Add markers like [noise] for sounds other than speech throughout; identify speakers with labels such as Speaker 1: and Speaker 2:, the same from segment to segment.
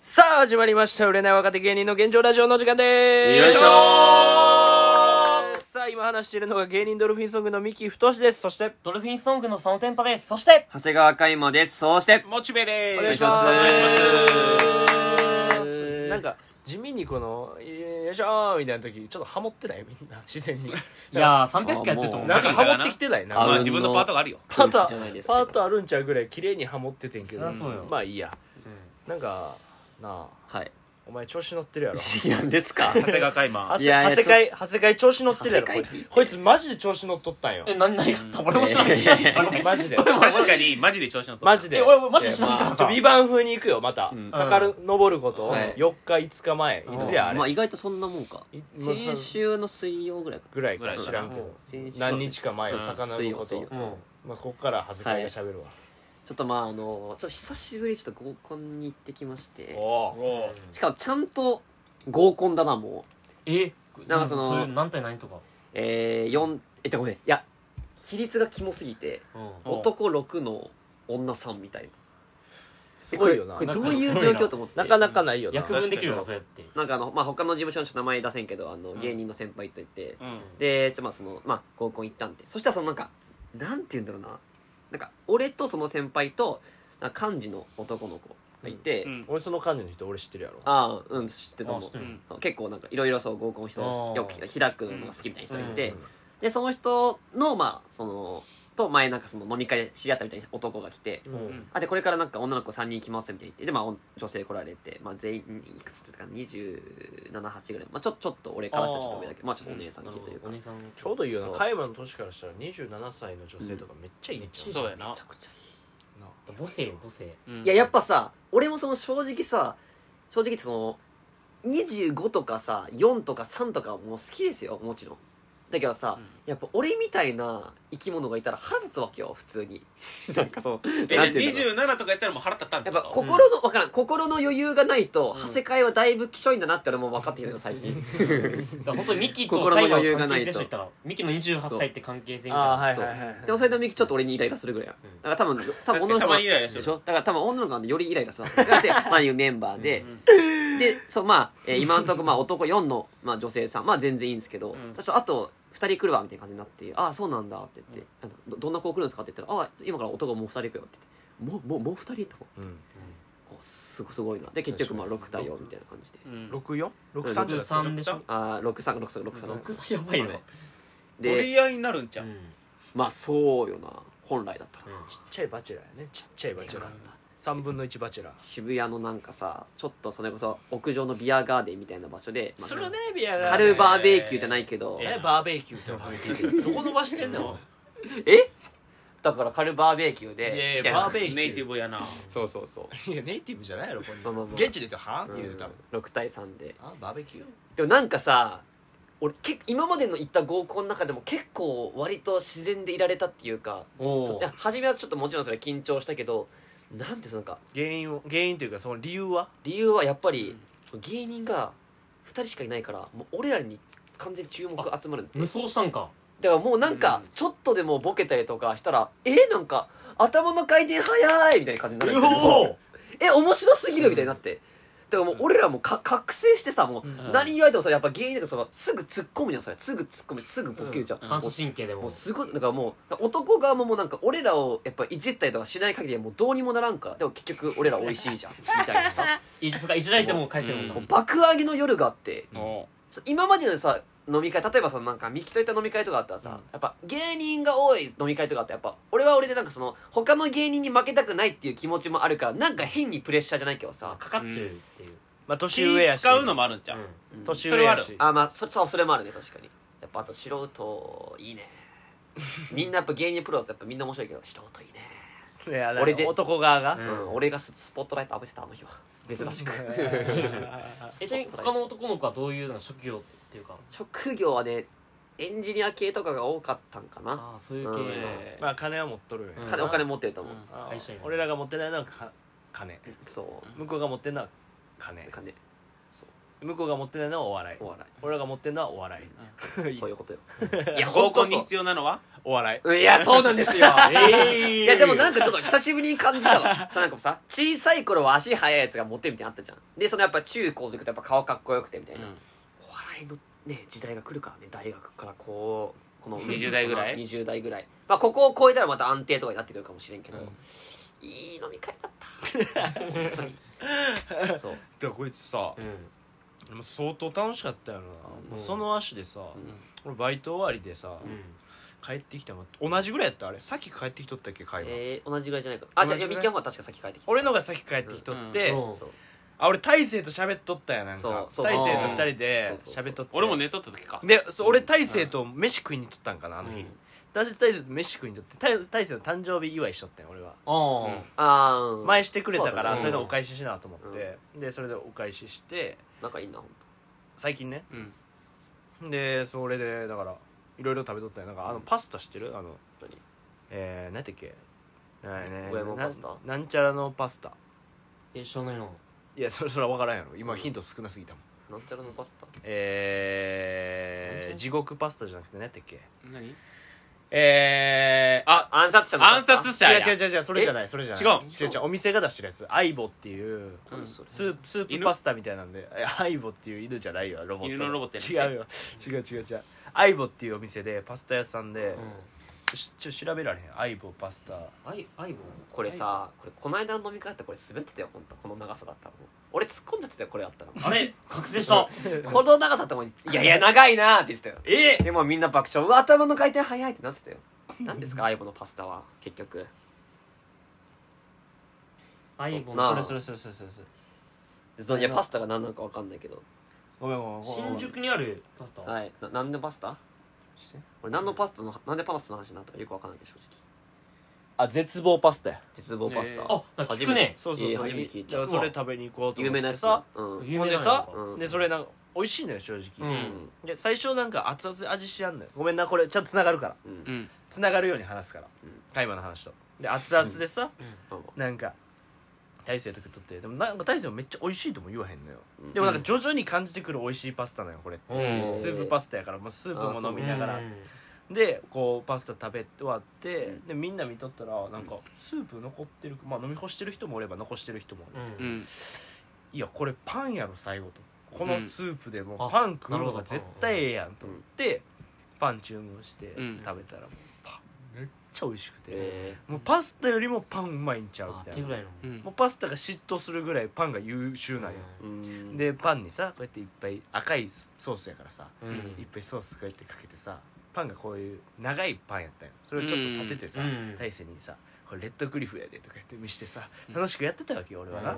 Speaker 1: さあ、始まりました。売れない若手芸人の現状ラジオの時間でーす。
Speaker 2: よいしょ
Speaker 1: さあ、今話しているのが芸人ドルフィンソングの三木太志です。そして、
Speaker 3: ドルフィンソングのそのテンパです。そして、
Speaker 2: 長谷川海馬です。そして、
Speaker 4: モチベです。
Speaker 1: お
Speaker 2: 願いします
Speaker 4: お願いし
Speaker 2: ます
Speaker 1: なんか、地味にこの、よいしょーみたいな時、ちょっとハモってないみんな、自然に。
Speaker 3: いやー、300回やってると思う。
Speaker 1: なんか
Speaker 4: もう
Speaker 1: ハモってきてないな。
Speaker 2: あ
Speaker 4: まあ自分のパートがあるよ。
Speaker 1: パート
Speaker 2: じゃないですけ
Speaker 1: パ
Speaker 2: ど
Speaker 1: ートあるんちゃうぐらい綺麗にハモっててんけど
Speaker 3: そりゃそうよ
Speaker 1: まあいいや、なんかなあ
Speaker 2: はい。
Speaker 1: お前調子乗ってるやろ
Speaker 2: いや、ですか
Speaker 4: 長谷川海馬。
Speaker 1: 汗
Speaker 2: いやいや
Speaker 1: 汗かい汗かい調子乗ってるやろ
Speaker 2: 汗
Speaker 1: こ
Speaker 2: か
Speaker 1: い
Speaker 2: いていい
Speaker 1: こいつマジで調子乗っとったんよ
Speaker 3: え、何、何やった俺も知らない。知らんかった
Speaker 1: マジで
Speaker 4: 確かに、マジで調子乗っ
Speaker 1: マジで
Speaker 3: え、俺もマジ知らん
Speaker 1: ち
Speaker 3: か
Speaker 1: ょ
Speaker 3: っ
Speaker 1: ちょ
Speaker 3: た。
Speaker 1: ビバン風に行くよまた、
Speaker 2: ん
Speaker 1: さかる登ること
Speaker 2: はい
Speaker 1: 4日5日前いつやあれ、
Speaker 2: まあ意外とそんなもんか
Speaker 1: い。もうそ
Speaker 2: 先週の水曜ぐらいか。
Speaker 1: ぐらい
Speaker 4: ぐ
Speaker 1: から
Speaker 4: い
Speaker 1: ら
Speaker 4: か
Speaker 1: 知らんけど
Speaker 2: 先週
Speaker 1: 何日か前
Speaker 2: うん
Speaker 1: 魚のこと
Speaker 2: 水曜水曜
Speaker 1: まあここから恥ずかいがしゃべるわ、
Speaker 2: ちょっとまああの、ちょっと久しぶりにちょっと合コンに行ってきまして。
Speaker 1: おう
Speaker 4: おう
Speaker 2: しかもちゃんと合コンだな、もう。
Speaker 3: え、
Speaker 2: なんかその
Speaker 3: ういう何対何とか。
Speaker 2: えー、4、えっとごめん。いや、比率がキモすぎて、
Speaker 3: うん。
Speaker 2: 男6の女3みたいな。
Speaker 1: すごいよな
Speaker 2: これどういう状況と思って。
Speaker 1: なかなかないよな
Speaker 3: 約分できるのそれって。
Speaker 2: なんかあの、まあ、他の事務所の人名前出せんけど、あの、芸人の先輩と言って、
Speaker 4: うん。
Speaker 2: で、ちょ、まあ、その、まあ、合コン行ったんで。そしたらそのなんか、なんて言うんだろうな。なんか、俺とその先輩と、なんか幹事の男の子がいて、
Speaker 4: うん
Speaker 1: 俺その感じの人俺知ってるやろ
Speaker 2: ああ、うん、知ってたも
Speaker 3: あ知って
Speaker 4: るうん
Speaker 2: 結構なんか、いろいろそう合コン人
Speaker 3: あー
Speaker 2: よく開くのが好きみたいな人がいて、
Speaker 1: うん
Speaker 2: で、その人の、まあ、その、と前なんかその飲み会で知り合ったみたいな男が来て、
Speaker 1: うん
Speaker 3: うん
Speaker 2: あでこれからなんか女の子3人来ますみたいに言ってで、まあ、お女性来られて、まあ、全員いくつってか278ぐらい、まあ、ちょちょっと俺からしたらちょっと上だけどまあちょっとお姉さん系というか、
Speaker 3: お
Speaker 2: め
Speaker 3: 姉
Speaker 2: ち
Speaker 3: さん。
Speaker 1: ちょうどいいよ
Speaker 2: そ
Speaker 1: な
Speaker 2: う
Speaker 1: 海馬の年からしたら27歳の女性とかめっちゃいいじゃん
Speaker 4: そうやな。
Speaker 2: ゃくちゃ
Speaker 1: な
Speaker 3: 母性よ、母性。
Speaker 2: いい、いややっ
Speaker 4: ぱ。
Speaker 2: ぱさ俺もその正直さ正直その25とかさ4とか3とかもう好きですよもちろんだけどさ、やっぱ俺みたいな生き物がいたら腹立つわけよ普通になんかそう
Speaker 4: え、
Speaker 2: なんていうんだろう
Speaker 4: 27とかやったらもう腹立ったん
Speaker 2: や
Speaker 4: だ
Speaker 2: っぱ心の、わからん心の余裕がないと、長谷川はだいぶきしょいんだなって俺も分かってきたよ最近
Speaker 3: だから本当にミキと
Speaker 2: 心の
Speaker 3: タイマ
Speaker 2: 余
Speaker 3: ー
Speaker 2: 裕
Speaker 3: の
Speaker 2: が
Speaker 3: 関
Speaker 2: ないと
Speaker 3: 係でしょ言ったら、ミキの28歳って関係性みたい
Speaker 1: あ
Speaker 3: な。
Speaker 1: はい
Speaker 2: そ
Speaker 1: は
Speaker 2: う
Speaker 1: いはい
Speaker 2: でも斉藤美樹ちょっと俺にイライラするぐらいやだから多分多分
Speaker 4: 確かにたまにイライラする
Speaker 2: でしょだから多分女の子なんでよりイライラするわだってまあいうメンバーででそうまあ、えー今のとこまあ男4の、まあ、女性さんまあ全然いいんですけど、
Speaker 4: ん
Speaker 2: 私あと2人来るわみたいな感じになって「ああそうなんだ」って言って、なんかど「どんな子来るんですか?」って言ったら「ああ今から男もう2人来るよ」って言って「もうもうもう2人?」と
Speaker 1: うん
Speaker 2: おすごすごいなで結局まあ6対4みたいな感じで
Speaker 4: うん
Speaker 1: 6463じゃなくて
Speaker 3: 63でしょ。
Speaker 2: ああ636363
Speaker 3: 6歳やばいよ。
Speaker 4: 取
Speaker 2: で
Speaker 4: り合いになるんち
Speaker 3: う
Speaker 4: ゃう。
Speaker 3: ん。
Speaker 2: まあそうよな本来だったら
Speaker 1: ちっちゃいバチェラーやねちっちゃいバチェラー3分の1バチェラー
Speaker 2: 渋谷のなんかさちょっとそれこそ屋上のビアガーデンみたいな場所で、まあ
Speaker 1: するねビアが
Speaker 2: カルバーベキューじゃないけど
Speaker 4: えー
Speaker 1: えバーベキューってバーベキューどこ伸ばしてんの
Speaker 2: えだからカルバーベキューで
Speaker 1: いやいや
Speaker 2: みたな
Speaker 1: バーベキュー
Speaker 4: ネイティブやな。
Speaker 2: そうそうそ
Speaker 1: いやネイティブじゃないやろこ
Speaker 2: まあまあまあ
Speaker 1: 現地で言うとは
Speaker 2: う、
Speaker 1: んって言うてたもん
Speaker 2: うん6対3で
Speaker 1: あバーベキュー
Speaker 2: でもなんかさ俺け今までの行った合コンの中でも結構割と自然でいられたっていうか
Speaker 3: お
Speaker 2: い
Speaker 3: お
Speaker 2: や。初めはちょっともちろんそれは緊張したけどなんてそのか
Speaker 1: 原因を原因というかその理由は
Speaker 2: 理由はやっぱり芸人が2人しかいないからもう俺らに完全に注目が集まるんだって
Speaker 3: 無双したんか。
Speaker 2: だからもうなんかちょっとでもボケたりとかしたら、えなんか頭の回転早いみたいな感じになる
Speaker 3: お
Speaker 2: え面白すぎるみたいになって、だからもう俺らもか覚醒してさもう
Speaker 3: ん
Speaker 2: 何言われてもさやっぱ芸人だからそのすぐ突っ込むじゃんそれすぐ突っ込むしすぐボケるじゃん、
Speaker 3: お
Speaker 2: も
Speaker 3: 反射神経で
Speaker 2: う
Speaker 3: も。
Speaker 2: もうすごいだからもう男側ももうなんか俺らをやっぱいじったりとかしない限りはもうどうにもならんからでも結局俺ら美味しいじゃんみたいなさ
Speaker 3: いじとかいじられても帰ってるもんな
Speaker 2: もう爆上げの夜があって
Speaker 4: おう
Speaker 2: そう今までのさ飲み会例えばそのなんかミキといった飲み会とかあったらさ、
Speaker 3: うん
Speaker 2: やっぱ芸人が多い飲み会とかあったらやっぱ俺は俺でなんかその他の芸人に負けたくないっていう気持ちもあるからなんか変にプレッシャーじゃないけどさ
Speaker 3: かかっちゅうっていう。
Speaker 1: まあ年上
Speaker 4: 気
Speaker 1: やし
Speaker 4: 使うのもあるんちゃう。
Speaker 1: 年上やし
Speaker 2: あまあそそうそれもあるね確かにやっぱあと素人いい
Speaker 3: [laughs]
Speaker 2: ねみんなやっぱ芸人プロだとやっぱみんな面白いけど素人いいね、
Speaker 1: いやだから
Speaker 2: 俺で
Speaker 1: 男側が
Speaker 3: う
Speaker 2: うん
Speaker 1: [laughs]
Speaker 2: ん、俺がススポットライト浴びせたあの日は珍しく [laughs]
Speaker 3: えちなみに他の男の子はどういうなんか職業っていうか
Speaker 2: 職業はねエンジニア系とかが多かったんかな
Speaker 3: ああそういう系の、
Speaker 2: うん
Speaker 1: まあ金は持っとるよね
Speaker 3: うん
Speaker 2: 金お金持ってると思う、
Speaker 4: う
Speaker 1: あー
Speaker 3: 会社員
Speaker 1: 俺らが持ってないのはか金
Speaker 2: そう
Speaker 1: 向こうが持ってるのは金
Speaker 2: 金そう
Speaker 1: 向こうが持ってないのはお笑い
Speaker 2: お笑
Speaker 1: 俺らが持ってんのはお笑い
Speaker 2: いそういうことよ
Speaker 4: いや合コンに必要なのは
Speaker 1: お笑
Speaker 2: いやそうなんですよ
Speaker 1: いえ
Speaker 2: いやでもなん
Speaker 1: か
Speaker 2: かちょっと久しぶりに感じたわそうなんかさ小さい頃は足速いやつがモテるみたいなのあったじゃんでそのやっぱ中高の時とやっぱ顔かっこよくてみたいな、
Speaker 4: うん
Speaker 2: お笑いのね時代が来るからね大学からこうこの
Speaker 4: 20代ぐらい
Speaker 2: まあ20代ぐらいまあここを超えたらまた安定とかになってくるかもしれんけど、いい飲み会だったそう
Speaker 1: でこいつさ
Speaker 3: うん
Speaker 1: もう相当楽しかったよな、もうその足でさ、俺バイト終わりでさ、
Speaker 3: う
Speaker 1: 帰ってきたの同じぐらいやったあれさっき帰ってきとったっけ会話、
Speaker 2: えー、同じぐらいじゃないかあじゃあ
Speaker 1: 同じぐらい
Speaker 2: みきゃんは確か先帰ってきた
Speaker 1: 俺のがさっき帰ってきとって、
Speaker 3: うんうん
Speaker 2: そう
Speaker 1: あ俺大勢と喋っとったやなんか
Speaker 2: そうそう
Speaker 1: 大勢と二人で
Speaker 2: そうそうそう
Speaker 1: 喋っとって
Speaker 4: 俺も寝とった時か
Speaker 1: でそう俺大勢と飯食いに行っとったんかなあの日、
Speaker 3: うん
Speaker 1: 大勢と大勢と飯食いに行っとって大大勢の誕生日祝いしとったんよ俺は
Speaker 3: あ
Speaker 4: うん
Speaker 3: あ
Speaker 2: あー、うん、
Speaker 1: 前してくれたから
Speaker 3: そうだね
Speaker 1: それでお返ししなと思って、でそれでお返しして
Speaker 2: 仲いいなほんと
Speaker 1: 最近ね
Speaker 4: うん
Speaker 1: でそれでだからいろいろ食べとったんよなんかあのパスタ知ってるあの
Speaker 2: 本当に
Speaker 1: えー、何だっけな
Speaker 2: 五右衛門パスタ
Speaker 1: ななんちゃらのパスタ
Speaker 3: え知らないない
Speaker 1: やそれそれは分からんやろ今ヒント少なすぎたもん、
Speaker 2: なんちゃらのパスタ
Speaker 3: なんちゃ
Speaker 1: え
Speaker 3: ら
Speaker 1: ー、地獄パスタじゃなくて何やったっけ
Speaker 4: 何
Speaker 1: えー、
Speaker 4: あ
Speaker 2: 暗殺者のパ
Speaker 4: 暗
Speaker 2: スタ
Speaker 4: 殺者
Speaker 1: 違
Speaker 4: や
Speaker 1: う違う違う違うそれじゃないそれじゃない
Speaker 4: 違う
Speaker 1: 違う違うお店が出してるやつアイボっていう
Speaker 4: うん
Speaker 2: それ
Speaker 1: スープスープパスタみたいなんでえアイボっていう犬じゃないよロボット
Speaker 4: 犬のロボット
Speaker 1: 違うよ違う違う違うアイボっていうお店でパスタ屋さんで、
Speaker 3: う
Speaker 1: しちょ調べられへんアイボパスタ
Speaker 3: んアイアイボ
Speaker 2: これさこれこの間の飲み会だったらこれ滑ってたよ本当この長さだったらもう俺突っ込んじゃってたよこれだった [laughs] ら
Speaker 3: あれ覚醒した
Speaker 2: この長さだったらもういやいや長いなーって言ってたよ
Speaker 3: [laughs] え
Speaker 2: でもみんな爆笑うわ頭の回転早いってなってたよ何ですか相棒のパスタは結局
Speaker 3: アイボ
Speaker 2: なあ
Speaker 3: それそれそれそれそれ
Speaker 2: そのいやパスタが何なのか分かんないけど
Speaker 1: ごめんごめんごめん
Speaker 3: 新宿にあるパスタ
Speaker 2: はいな何のパスタ
Speaker 1: して
Speaker 2: 俺何のパスタのなんでパスタの話になったかよく分かんないけど正直
Speaker 1: あ絶望パスタや
Speaker 2: 絶望パスタ、
Speaker 4: えー
Speaker 3: あなんか聞くね
Speaker 1: そうそうそう、
Speaker 2: いい話聞い
Speaker 1: だ
Speaker 2: た
Speaker 1: からそれ食べに行こうと思って
Speaker 2: 有名なやつ
Speaker 1: さ、
Speaker 2: うん、
Speaker 3: 有
Speaker 1: ほ
Speaker 3: 名なのか
Speaker 1: ん
Speaker 2: でさうん
Speaker 1: でそれなんか美味しいのよ正直、
Speaker 3: うん
Speaker 1: で最初なんか熱々味しやんのよごめんなこれちゃんとつながるから
Speaker 4: うん
Speaker 1: つながるように話すから
Speaker 2: うん
Speaker 1: 海馬の話とで熱々でさ、
Speaker 2: うん
Speaker 1: なんか大勢と食っとってでもなんか大勢もめっちゃ美味しいとも言わへんのよ、
Speaker 2: うん
Speaker 1: でもなんか徐々に感じてくる美味しいパスタなのこれって、
Speaker 3: うん
Speaker 1: スープパスタやから、まあ、スープも飲みながら
Speaker 3: うん
Speaker 1: でこうパスタ食べ終わって、
Speaker 2: うん
Speaker 1: でみんな見とったらなんかスープ残ってる、まあ、飲み干してる人もおれば残してる人もおる、
Speaker 3: うん
Speaker 4: うん
Speaker 1: いやこれパンやろ最後とこ
Speaker 4: う
Speaker 1: の
Speaker 4: ん
Speaker 1: スープでもう
Speaker 3: あ
Speaker 1: パン食うのが絶対ええやんと思ってパン注文して食
Speaker 4: うん
Speaker 1: べたらもうパンめっちゃ美味しくて、
Speaker 2: え
Speaker 1: もうパスタよりもパンうまいんちゃう
Speaker 3: あ
Speaker 1: み
Speaker 3: ったて
Speaker 1: い
Speaker 3: ぐ
Speaker 1: な
Speaker 3: らいの
Speaker 4: うん
Speaker 1: もうパスタが嫉妬するぐらいパンが優秀なんよ、
Speaker 2: ーうん
Speaker 1: でパンにさこうやっていっぱい赤いソースやからさ、
Speaker 3: うん
Speaker 1: いっぱいソースこうやってかけてさパンがこういう長いパンやったよそれをちょっと立ててさ、
Speaker 3: うん
Speaker 1: 大勢にさ「これレッドクリフやで」とか言って見してさ楽しくやってたわけよ俺はな、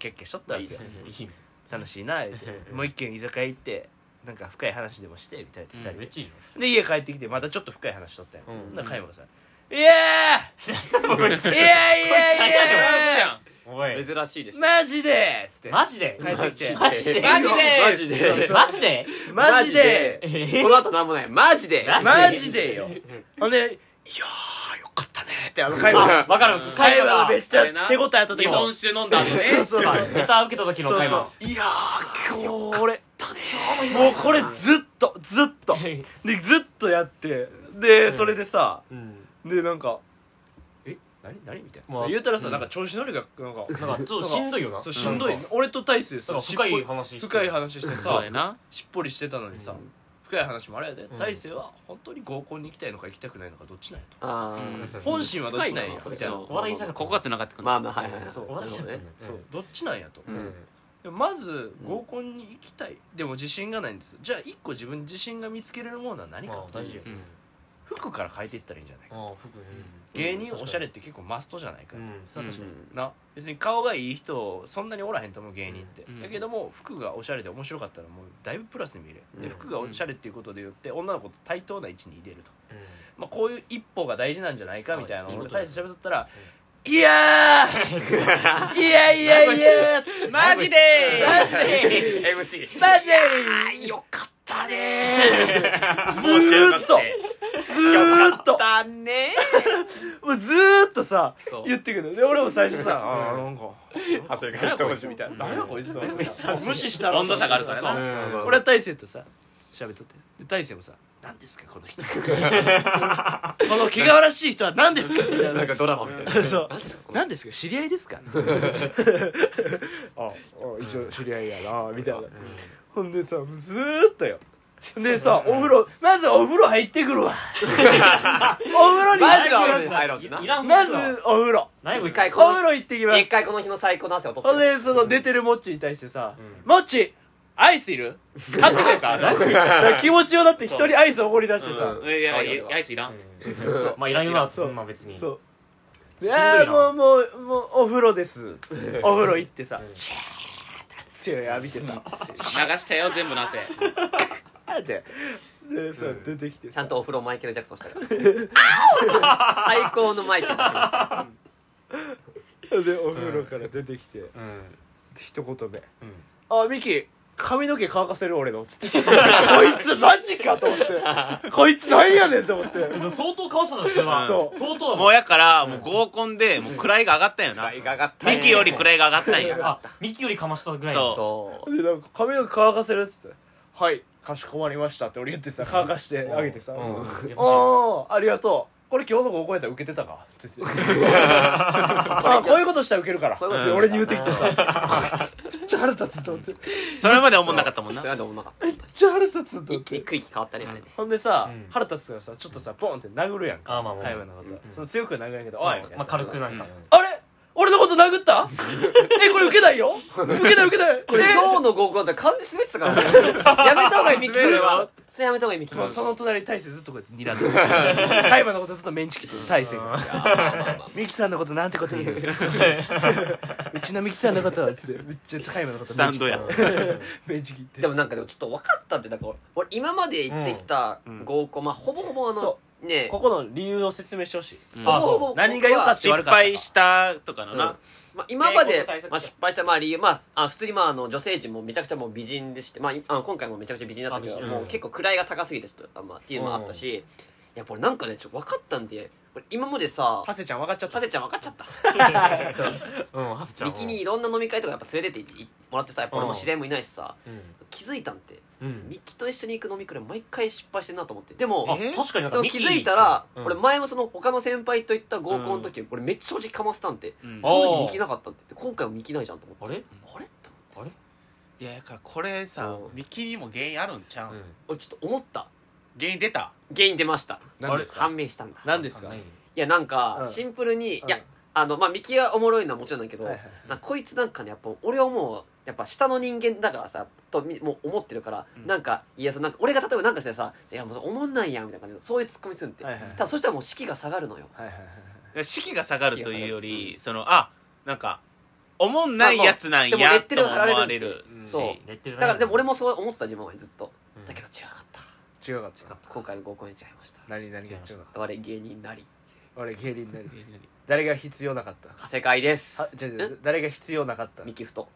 Speaker 1: キャッキャしとったわけよ、
Speaker 3: うんいいね
Speaker 1: 楽しいな言うてもう一軒居酒屋行ってなんか深い話でもしてみたいな二人
Speaker 3: め
Speaker 1: で、
Speaker 3: っちゃいいじ
Speaker 1: で家帰ってきてまたちょっと深い話しとったよ、
Speaker 3: うん
Speaker 1: なんか海馬がさ「いや
Speaker 3: [laughs] ゃん
Speaker 1: ーいやいやいやいや
Speaker 2: [laughs]
Speaker 3: お
Speaker 2: 珍
Speaker 3: い
Speaker 2: しいでしょ
Speaker 1: マジで!」っつって
Speaker 3: マジで
Speaker 1: 帰ってきて
Speaker 3: マジで
Speaker 2: [laughs] マジ
Speaker 4: マジ
Speaker 2: で
Speaker 1: で
Speaker 3: マジで
Speaker 1: マジで
Speaker 3: え
Speaker 2: この後なんもないマジで
Speaker 3: マ
Speaker 1: マジでよほんで「いやーよかったね」ってあの海馬
Speaker 3: [laughs]
Speaker 1: が
Speaker 3: わかる
Speaker 1: 海馬がめっ
Speaker 3: ネ
Speaker 1: ちゃ手応えあった時
Speaker 4: 日本酒飲んだ後ね
Speaker 1: そうそうそう
Speaker 3: タ受けた時の
Speaker 1: そう
Speaker 3: 会
Speaker 1: そう
Speaker 3: 話
Speaker 1: いやー今日俺もうこれずっとずっとでずっとやってでそれでさ
Speaker 3: うん
Speaker 1: でなんか「え何何?」みたいな、
Speaker 3: まあ
Speaker 1: 言うたらさ、
Speaker 3: うん
Speaker 1: なんか調子乗りがなんか
Speaker 3: なんかちょっとしんどいよな
Speaker 1: そうしんどい、俺と大勢
Speaker 3: な
Speaker 1: さ
Speaker 3: んか深い
Speaker 1: しっぽり
Speaker 3: 話して
Speaker 1: 深い話して
Speaker 4: そう
Speaker 1: さ
Speaker 4: やな
Speaker 1: しっぽりしてたのにさ、
Speaker 3: うん
Speaker 1: 深い話もあれやで、
Speaker 3: ん
Speaker 1: 大勢は本当に合コンに行きたいのか行きたくないのかどっちなんや
Speaker 2: あ
Speaker 1: と、
Speaker 2: ー
Speaker 1: 本心はどっちなんや
Speaker 2: 深いな
Speaker 1: みたいな
Speaker 2: それ
Speaker 3: お笑いじゃなくて
Speaker 4: ここが繋がってくる
Speaker 2: まあまあはいはいはい
Speaker 1: そう
Speaker 3: お笑いじゃなくて
Speaker 1: そうどっちなんやと、
Speaker 4: ん
Speaker 1: でもまず合コンに行きたいでも自信がないんですじゃあ一個自分に自信が見つけれるものは何か
Speaker 3: まあ
Speaker 1: と
Speaker 3: 大事よ
Speaker 4: うん
Speaker 1: 服から変えていったらいいんじゃないか、
Speaker 3: ああ服ね
Speaker 1: 芸人おしゃれって結構マストじゃないか、
Speaker 3: うんそれは確かに
Speaker 1: な別に顔がいい人そんなにおらへんと思う芸人って、
Speaker 4: うん
Speaker 1: だけども服がおしゃれで面白かったらもうだいぶプラスに見える、
Speaker 2: う
Speaker 1: で
Speaker 2: ん
Speaker 1: 服がおしゃれっていうことで言って女の子と対等な位置に入れると、まあ、こういう一歩が大事なんじゃないかみたいなの
Speaker 3: はい
Speaker 1: を
Speaker 3: いい
Speaker 1: 俺
Speaker 3: ことだ
Speaker 1: 大して喋っとったら「いやーいやいやいや
Speaker 4: マジで
Speaker 1: [laughs] マジで
Speaker 2: MC
Speaker 1: マジで
Speaker 2: あーよかった
Speaker 1: たねーず
Speaker 4: もう中
Speaker 1: ーっ
Speaker 4: 学
Speaker 1: と
Speaker 4: 生
Speaker 1: ずーっと
Speaker 2: だね
Speaker 1: [laughs] もうずーっとさ
Speaker 4: そう
Speaker 1: 言ってくるで俺も最初さ「あーなんか
Speaker 5: ハセが一文字みたいな
Speaker 1: 誰やこいつ」と思ってさ
Speaker 3: 珍しい
Speaker 1: 無視した
Speaker 4: 温度差があるからな
Speaker 1: そう
Speaker 5: うん
Speaker 1: 俺は大勢とさ喋っとってで大勢もさ「何ですかこの [laughs] 人この毛がらしい人は何ですか?」みたい
Speaker 5: な
Speaker 1: なん
Speaker 5: かドラマみたいな
Speaker 1: そう何ですか知り合いですか [laughs] ああ一応知り合いやなみたいなほんでさずーっとよでさお風呂まずお風呂入ってく [laughs] るわお風呂に
Speaker 2: ま
Speaker 1: 入っ
Speaker 2: ず
Speaker 1: て
Speaker 2: は
Speaker 1: く
Speaker 2: 俺
Speaker 1: る
Speaker 2: です入ろうってな
Speaker 3: まいらん
Speaker 1: まずお風呂
Speaker 3: ないもん一
Speaker 2: 回
Speaker 1: お
Speaker 2: こ
Speaker 1: 風呂行ってきます
Speaker 2: 一回この日の最高の汗を落と
Speaker 1: ほん
Speaker 2: す
Speaker 1: でその出てるモッチーに対してさ「
Speaker 3: う
Speaker 1: モッチーアイスいる買ってくれか?」だから気持ちよだって一人アイスおごり出してさ
Speaker 4: うんいやいやアイスいらん
Speaker 3: そうまあいらんよなそんな別に
Speaker 1: そう
Speaker 3: しんどい
Speaker 1: あ
Speaker 3: な
Speaker 1: あもうもうもうお風呂ですつってお風呂行ってさ
Speaker 3: うん
Speaker 1: シャーって強い浴びてさ
Speaker 4: 流したよ全部の汗
Speaker 1: あーってでさ出てきて
Speaker 2: ちゃ
Speaker 1: さ
Speaker 2: んとお風呂マイケル・ジャクソンしたから最高のマイケルでしました
Speaker 1: でお風呂から出てきて
Speaker 3: うん
Speaker 1: 一言目
Speaker 3: うん
Speaker 1: 「あミキ髪の毛乾かせる俺の」つって [laughs] こいつマジかと思
Speaker 3: [laughs]
Speaker 1: ってこいつなんやねんと思って
Speaker 3: でも相当顔したじゃんそれは
Speaker 1: そう
Speaker 3: 相当だ
Speaker 4: もうやからもう合コンでもう位が上がったよな
Speaker 5: 位が上がったね
Speaker 4: ミキより位が上がったんや
Speaker 3: あミキよりかましたぐらい
Speaker 4: そう
Speaker 2: そう
Speaker 1: でなんか髪の毛乾かせるっつって「はいかしこまりました」って俺言ってさ乾かしてあげてさ「
Speaker 3: うん優しい
Speaker 1: ああありがとうこれ今日の高校やったら受けてたか」って [laughs] 言って「あこういうことしたら受けるから」
Speaker 2: こういうこと
Speaker 1: 俺に言うてきてさ [laughs] めっちゃ腹立つと思ってめっ
Speaker 4: それまで思んなかったもんな
Speaker 2: それはでもなかった
Speaker 1: ちゃ腹立つと思っ
Speaker 2: 一気に
Speaker 1: て
Speaker 2: 区域変わったねあれね
Speaker 1: ほんでさ、
Speaker 3: うん
Speaker 1: 腹立つからさちょっとさポンって殴るやんか
Speaker 3: あまあまあ
Speaker 1: 会話のこと、その強くは殴らんけど「おい」みたいな、
Speaker 3: まあ軽くなるから
Speaker 1: あれ俺のこと殴った [laughs] えこれ受けないよ受けない受けない
Speaker 2: これ
Speaker 1: え
Speaker 2: 今日の合コンだって完全滑ってたからねやめた方がいいミキそれはそれやめた方がいいミキ
Speaker 1: もうその隣に大勢ずっとこうやって睨
Speaker 4: [laughs]
Speaker 1: んでる海馬のことずっとメンチ切ってる大勢が「ミキさんのことなんてこと言うんです
Speaker 4: [laughs]
Speaker 1: うちのミキさんのこと」つってめっちゃ海馬のこと
Speaker 4: スタン
Speaker 1: [laughs]
Speaker 4: ドや
Speaker 1: メンチ切って
Speaker 2: でもなんかでもちょっと分かったってなんか俺俺今まで行ってきた合コン、まあほぼほぼあの
Speaker 1: そ
Speaker 2: ね
Speaker 1: ここの理由を説明してほしい
Speaker 4: うん
Speaker 2: ほぼほぼ
Speaker 1: あそう何が良かった
Speaker 4: 失敗したとかの
Speaker 2: 僕
Speaker 4: な
Speaker 2: はうんまあ、今ま
Speaker 4: 英語
Speaker 2: で
Speaker 4: と対策、
Speaker 2: まあ、失敗したまあ理由、まあ、あ普通にまああの女性陣もめちゃくちゃもう美人でして、まあ、いあの今回もめちゃくちゃ美人だったけ
Speaker 3: あ
Speaker 2: ど、
Speaker 3: 美人
Speaker 2: も
Speaker 3: う
Speaker 2: うん結構位が高すぎてちょっと、あまあ、っていうのもあったし、やっぱ俺なんかねちょっと分かったんで俺今までさ
Speaker 1: ハセちゃん分かっちゃった
Speaker 2: ハセちゃん分かっちゃった
Speaker 3: うんハセちゃん
Speaker 2: ミキにいろんな飲み会とかやっぱ連れてっていもらってさやっぱ俺も知り合いもいないしさ
Speaker 3: うん
Speaker 2: 気づいたんって
Speaker 3: うん
Speaker 2: ミキと一緒に行く飲み会毎回失敗してんなと思ってでも
Speaker 3: あ
Speaker 2: で
Speaker 3: 確かになんか
Speaker 2: も
Speaker 3: ミ
Speaker 2: 気
Speaker 3: キ
Speaker 2: づいたら、
Speaker 3: うん
Speaker 2: 俺前もその他の先輩と行った合コンの時、俺めっちゃ正直かませたんて、
Speaker 4: うん
Speaker 2: その時ミキなかったんてで今回もミキないじゃんと思って
Speaker 3: あれ
Speaker 2: あれと思ってさ
Speaker 4: いやだからこれさ
Speaker 2: うん
Speaker 4: ミキにも原因あるんちゃう
Speaker 3: うんん
Speaker 2: 俺ちょっと思った
Speaker 4: 原因出た
Speaker 2: 原因出ました
Speaker 5: 何ですか
Speaker 2: 判明したんだ
Speaker 1: 何ですか
Speaker 2: いやなんか、
Speaker 1: うん
Speaker 2: シンプルに、
Speaker 1: うん
Speaker 2: いやあのまあミキがおもろいのはもちろんだけど、
Speaker 1: はいはいはい
Speaker 2: なんかこいつなんかねやっぱ俺はもうやっぱ下の人間だからさとみもう思ってるから、
Speaker 4: うん
Speaker 2: なんかいやそのなんか俺が例えばなんかしてさ「いやもうおもんないやん」みたいな感じでそういうツッコミするんって、
Speaker 1: はいはいはい
Speaker 2: ただそしたらもう士気が下がるのよ
Speaker 1: はいはいはい
Speaker 4: 士気が下がるというよりそのあなんかおもんないやつなん
Speaker 2: まあもう
Speaker 4: や
Speaker 2: でも
Speaker 4: と
Speaker 2: レッテル
Speaker 4: 思
Speaker 2: 貼られる
Speaker 4: われる
Speaker 5: うん
Speaker 4: し
Speaker 2: そう
Speaker 3: レッテル
Speaker 2: だからでも俺
Speaker 3: も
Speaker 2: もそう思ってた自分はずっと、
Speaker 3: うん
Speaker 2: だけど違かった
Speaker 1: 違うかった
Speaker 2: 今回の合コンに違いました
Speaker 1: 何何が違うかっ
Speaker 2: 我芸人なり
Speaker 1: た俺芸人になる誰が必要なかった
Speaker 2: 長谷会です
Speaker 1: はじゃあじゃあ
Speaker 2: ん
Speaker 1: 誰が必要なかった
Speaker 2: ミキフト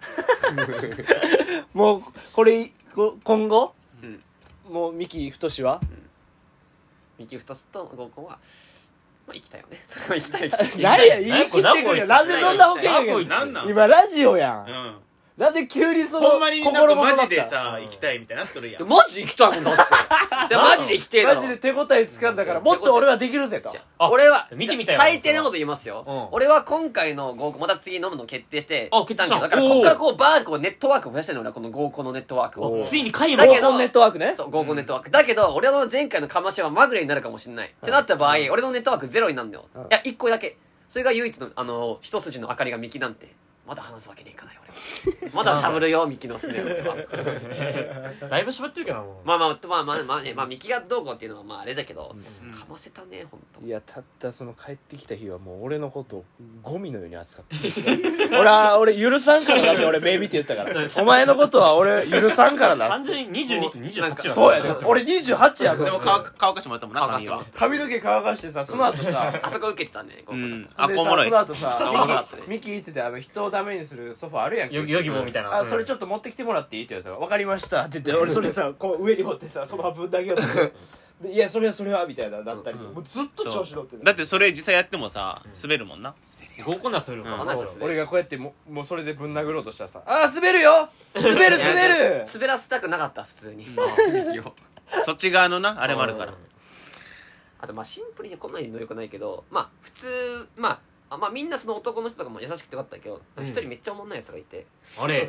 Speaker 1: もうこれこ今後、
Speaker 2: うん
Speaker 1: もうミキ太しは
Speaker 2: ミキフトと合コンはまあ行きたいよね [laughs] それは行き
Speaker 3: [laughs]
Speaker 2: たい
Speaker 1: 何や言い切ってくるよなん
Speaker 3: 何
Speaker 1: で
Speaker 3: こいつ
Speaker 1: そんな保険
Speaker 3: 何
Speaker 1: や
Speaker 3: こ
Speaker 1: け
Speaker 3: い
Speaker 1: ん
Speaker 3: つ
Speaker 4: なんなん
Speaker 1: 今ラジオやん
Speaker 4: うん
Speaker 1: なんで急にその
Speaker 4: ほんまになんかマジで
Speaker 1: 育った
Speaker 4: さ行きたいみたいになっとるやん
Speaker 2: マジで行きたいもんだって
Speaker 3: [laughs]
Speaker 2: じゃあマジで行きてえだ
Speaker 1: マ
Speaker 2: ろ
Speaker 1: ジで手応えつかんだからもっと俺はできるぜと
Speaker 2: じゃあ
Speaker 3: あ
Speaker 2: 俺は
Speaker 3: 見てみたいわ
Speaker 2: 最低なこと言いますよ、
Speaker 3: うん
Speaker 2: 俺は今回の合コンまた次飲むの決定して
Speaker 3: あ決定したの
Speaker 2: だから
Speaker 3: おー
Speaker 2: こっからこうバーこうネットワークを増やしたいの俺はこの合コンのネットワークを
Speaker 3: ついに会も
Speaker 2: だけ
Speaker 1: 合
Speaker 2: ど
Speaker 1: コンネットワークね
Speaker 2: [laughs] そう合コンネットワーク、だけど俺の前回のかましはまぐれになるかもしれない、ってなった場合、俺のネットワークゼロになるんだよ、
Speaker 1: ん
Speaker 2: いや1個だけそれが唯一のあの一筋の明かりがミキなんてまだ話すわけにいかない俺まだしゃぶるよミキのすね俺は
Speaker 3: だいぶ喋ってるけどなもう
Speaker 2: まあまあまあまあまあねまあミキがどうこうっていうのはまああれだけど、かませたね本当。
Speaker 1: いやたったその帰ってきた日はもう俺のことをゴミのように扱ってる俺は俺許さんからだって俺目見て言ったからお前のことは俺許さんからだ
Speaker 3: 単純に22と28
Speaker 2: なん
Speaker 3: は
Speaker 2: か
Speaker 1: そうやで俺28やぞ
Speaker 4: でも乾か乾かしてもらったもんな
Speaker 2: 乾かして
Speaker 4: 髪
Speaker 2: もら
Speaker 4: は
Speaker 2: った
Speaker 1: 髪の毛乾かしてさその後さ
Speaker 2: あそこ受けてたね合
Speaker 4: う
Speaker 2: コンだった
Speaker 4: んあ
Speaker 1: で
Speaker 4: こうおもろ
Speaker 1: さ
Speaker 4: い
Speaker 1: その後さ
Speaker 2: おもろかったね
Speaker 1: ミキミキ言っててあの人をためにするソファあるやん
Speaker 3: ヨギヨギボーみたいな
Speaker 1: あそれちょっと持ってきてもらっていいって言われたから「分かりました」って言って俺それさこう上に持ってさそのままぶん投げよう
Speaker 5: [laughs]
Speaker 1: としてでいやそれはそれはみたいななったりとかもうずっと調子乗ってる
Speaker 4: だってそれ実際やってもさ滑るもんな
Speaker 3: 合コンなするの
Speaker 4: うん
Speaker 3: か
Speaker 2: あそう
Speaker 1: そう
Speaker 2: ですね
Speaker 1: 俺がこうやってももうそれでぶん殴ろうとしたらさ「あー滑るよ滑る滑る!」
Speaker 2: 滑らせたくなかった普通に
Speaker 4: そっち側のなあれもあるから
Speaker 2: [laughs] あとまあシンプルにこんなにのよくないけどまあ普通まああまあみんなその男の人とかも優しくてよかったけど
Speaker 3: うん
Speaker 2: 一人めっちゃおもんないやつがいて、
Speaker 3: あれ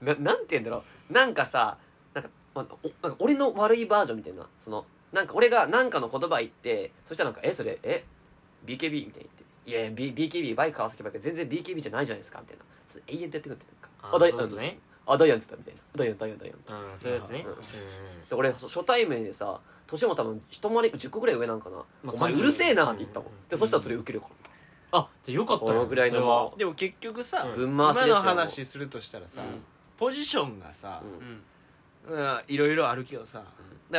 Speaker 2: ななんて言うんだろうなんかさなんか,、まあ、おなんか俺の悪いバージョンみたいなそのなんか俺がなんかの言葉言ってそしたらなんか「えそれえ BKB?」みたいに言って「いや、B、BKB バイク川崎バイク全然 BKB じゃないじゃないですか」みたいなそれ永遠とやってくるってなんか
Speaker 3: あそういうこと
Speaker 2: ダイ
Speaker 3: ね
Speaker 2: [laughs] あダイアンっつったみたいなダイアンダイアンダイアン
Speaker 3: うんそういうやつね
Speaker 2: うん
Speaker 3: う
Speaker 2: で俺そう初対面でさ年も多分一回り10個ぐらい上なんかな、
Speaker 3: まあ
Speaker 2: お前
Speaker 3: 30
Speaker 2: うるせえなって言ったもん、
Speaker 3: うん
Speaker 2: でそしたらそれ受けるか
Speaker 3: んあじゃあよか
Speaker 2: ら、
Speaker 3: った
Speaker 2: こ
Speaker 3: よ
Speaker 2: のぐらい
Speaker 3: それは
Speaker 2: の
Speaker 5: でも結局さ
Speaker 3: う
Speaker 2: 分
Speaker 3: ん
Speaker 2: 回し
Speaker 5: 今
Speaker 2: ですよ
Speaker 5: の話するとしたらさ
Speaker 2: うん
Speaker 5: ポジションがさ
Speaker 2: うん
Speaker 3: う
Speaker 5: う
Speaker 3: ん
Speaker 5: んいろいろあるけどさだ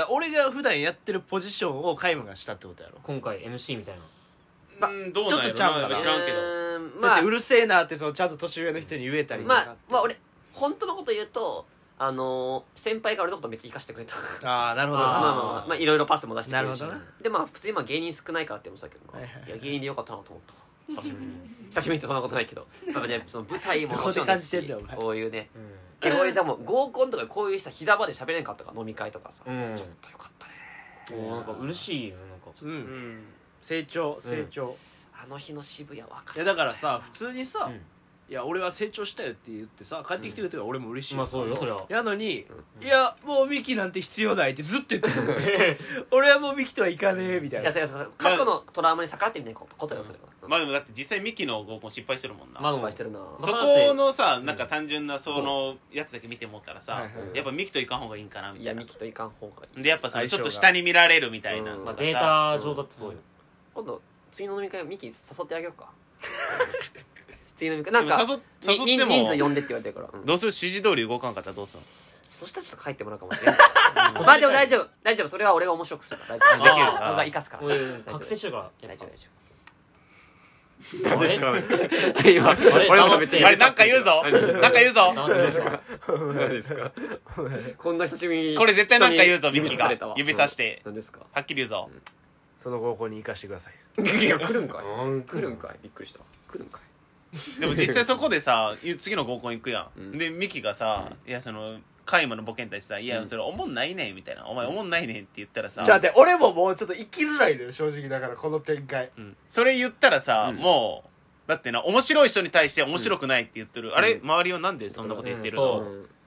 Speaker 5: から俺が普段やってるポジションをカイムがしたってことやろ
Speaker 3: 今回 MC みたいな
Speaker 4: うんどうなんやろ
Speaker 5: ちょっとちゃうか
Speaker 4: な
Speaker 5: ら
Speaker 4: 知らんけど
Speaker 2: うーん
Speaker 5: ま
Speaker 2: ま
Speaker 5: あ
Speaker 2: あ
Speaker 5: うるせえなってそのちゃんと年上の人に言えたりと
Speaker 2: ま
Speaker 5: か
Speaker 2: あ、まあ、俺本当のこと言うとあのー先輩が俺のことめっちゃ生かしてくれた
Speaker 5: ああなるほど
Speaker 2: まあまあ
Speaker 5: な
Speaker 2: まあまあまあいろいろパスも出してくれるし
Speaker 5: なるほど
Speaker 2: でまあ普通に今芸人少ないからって思ってたけどな、いや芸人でよかったなと思った久しぶりに久しぶりってそんなことない
Speaker 5: [laughs]
Speaker 2: けどまあねその舞台ももちろんですし
Speaker 5: どこで感じてんだよお前
Speaker 2: こういうね
Speaker 3: うん
Speaker 2: いや俺でも合コンとかこういう人ひだまで喋れんかったから飲み会とかさ、
Speaker 3: うん
Speaker 2: ちょっとよかったね
Speaker 3: もうなんか嬉しいよなんか
Speaker 5: う
Speaker 3: うん
Speaker 5: ん成長成長
Speaker 2: あの日の渋谷わか
Speaker 5: い
Speaker 2: る
Speaker 5: やだからさ普通にさ
Speaker 3: うん
Speaker 5: いや俺は成長したよって言ってさ帰ってきてくれては俺も嬉しい
Speaker 3: まあそうよそりゃ
Speaker 5: やのに、いやもうミキなんて必要ないってずっと言ってる
Speaker 1: [laughs]
Speaker 5: 俺はもうミキとは行かねえみたい
Speaker 2: い
Speaker 5: な
Speaker 2: やそうやそうや過去のトラウマに逆らってみないことよそれは、
Speaker 4: まあでもだって実際ミキの合コン失敗してるもんな
Speaker 3: まあ
Speaker 2: 失
Speaker 3: でも
Speaker 2: 敗してるな
Speaker 4: そこのさなんか単純なそのやつだけ見てもったらさ
Speaker 2: いはい
Speaker 4: やっぱミキといかん方がいいんかなみ
Speaker 2: い
Speaker 4: た
Speaker 2: や
Speaker 4: いな
Speaker 2: ミキといかん方がいい
Speaker 4: でやっぱそれちょっと
Speaker 5: 相性
Speaker 4: 下に見られるみたいな
Speaker 2: うん
Speaker 4: と
Speaker 3: まあ
Speaker 4: かさ
Speaker 3: データ上だってそうよ
Speaker 2: 今度次の飲み会ミキ誘ってあげようか [laughs] 次の飲み会なんか
Speaker 4: でも誘っ
Speaker 2: に
Speaker 4: 誘っても
Speaker 2: 人数呼んでって言われてるから、うん
Speaker 4: どうする指示通り動かんかったらどうする
Speaker 2: そしたらちょっと帰ってもらうかもしれないうんまあでも大丈夫
Speaker 4: [laughs]
Speaker 2: 大丈夫それは俺が面白くするから大丈夫
Speaker 3: あできる
Speaker 2: 俺が生かすから
Speaker 3: もううん確定してるからやっ
Speaker 2: 大丈
Speaker 3: ぱ
Speaker 2: 夫大丈
Speaker 3: あれ
Speaker 4: か
Speaker 2: 夫今俺も別に
Speaker 4: あれなんか言うぞなんか言うぞ
Speaker 3: 黙ってますか
Speaker 1: 何ですか
Speaker 2: こんな久しぶりに
Speaker 4: これ絶対なんか言うぞ
Speaker 2: 人に
Speaker 4: ミキが
Speaker 2: 指されたわ
Speaker 4: 指さして
Speaker 2: うん何ですか
Speaker 4: はっきり言うぞ
Speaker 1: その合コンに行かしてください
Speaker 2: いや来るんかい
Speaker 3: うん
Speaker 2: 来るんかいびっくりした来るんかい
Speaker 4: でも実際そこでさ次の合コン行くや
Speaker 2: うん
Speaker 4: んでミキがさいやそのカイマのボケに対してさ「いやそれおもんないねん」みたいな「お前おもんないねん」って言ったらさ
Speaker 1: じゃあで俺ももうちょっと行きづらいのよ正直だからこの展開
Speaker 4: うんそれ言ったらさ
Speaker 2: うん
Speaker 4: もうだってな面白い人に対して面白くないって言ってるあれ
Speaker 2: う
Speaker 4: 周りはなんでそんなこと言ってる
Speaker 3: そ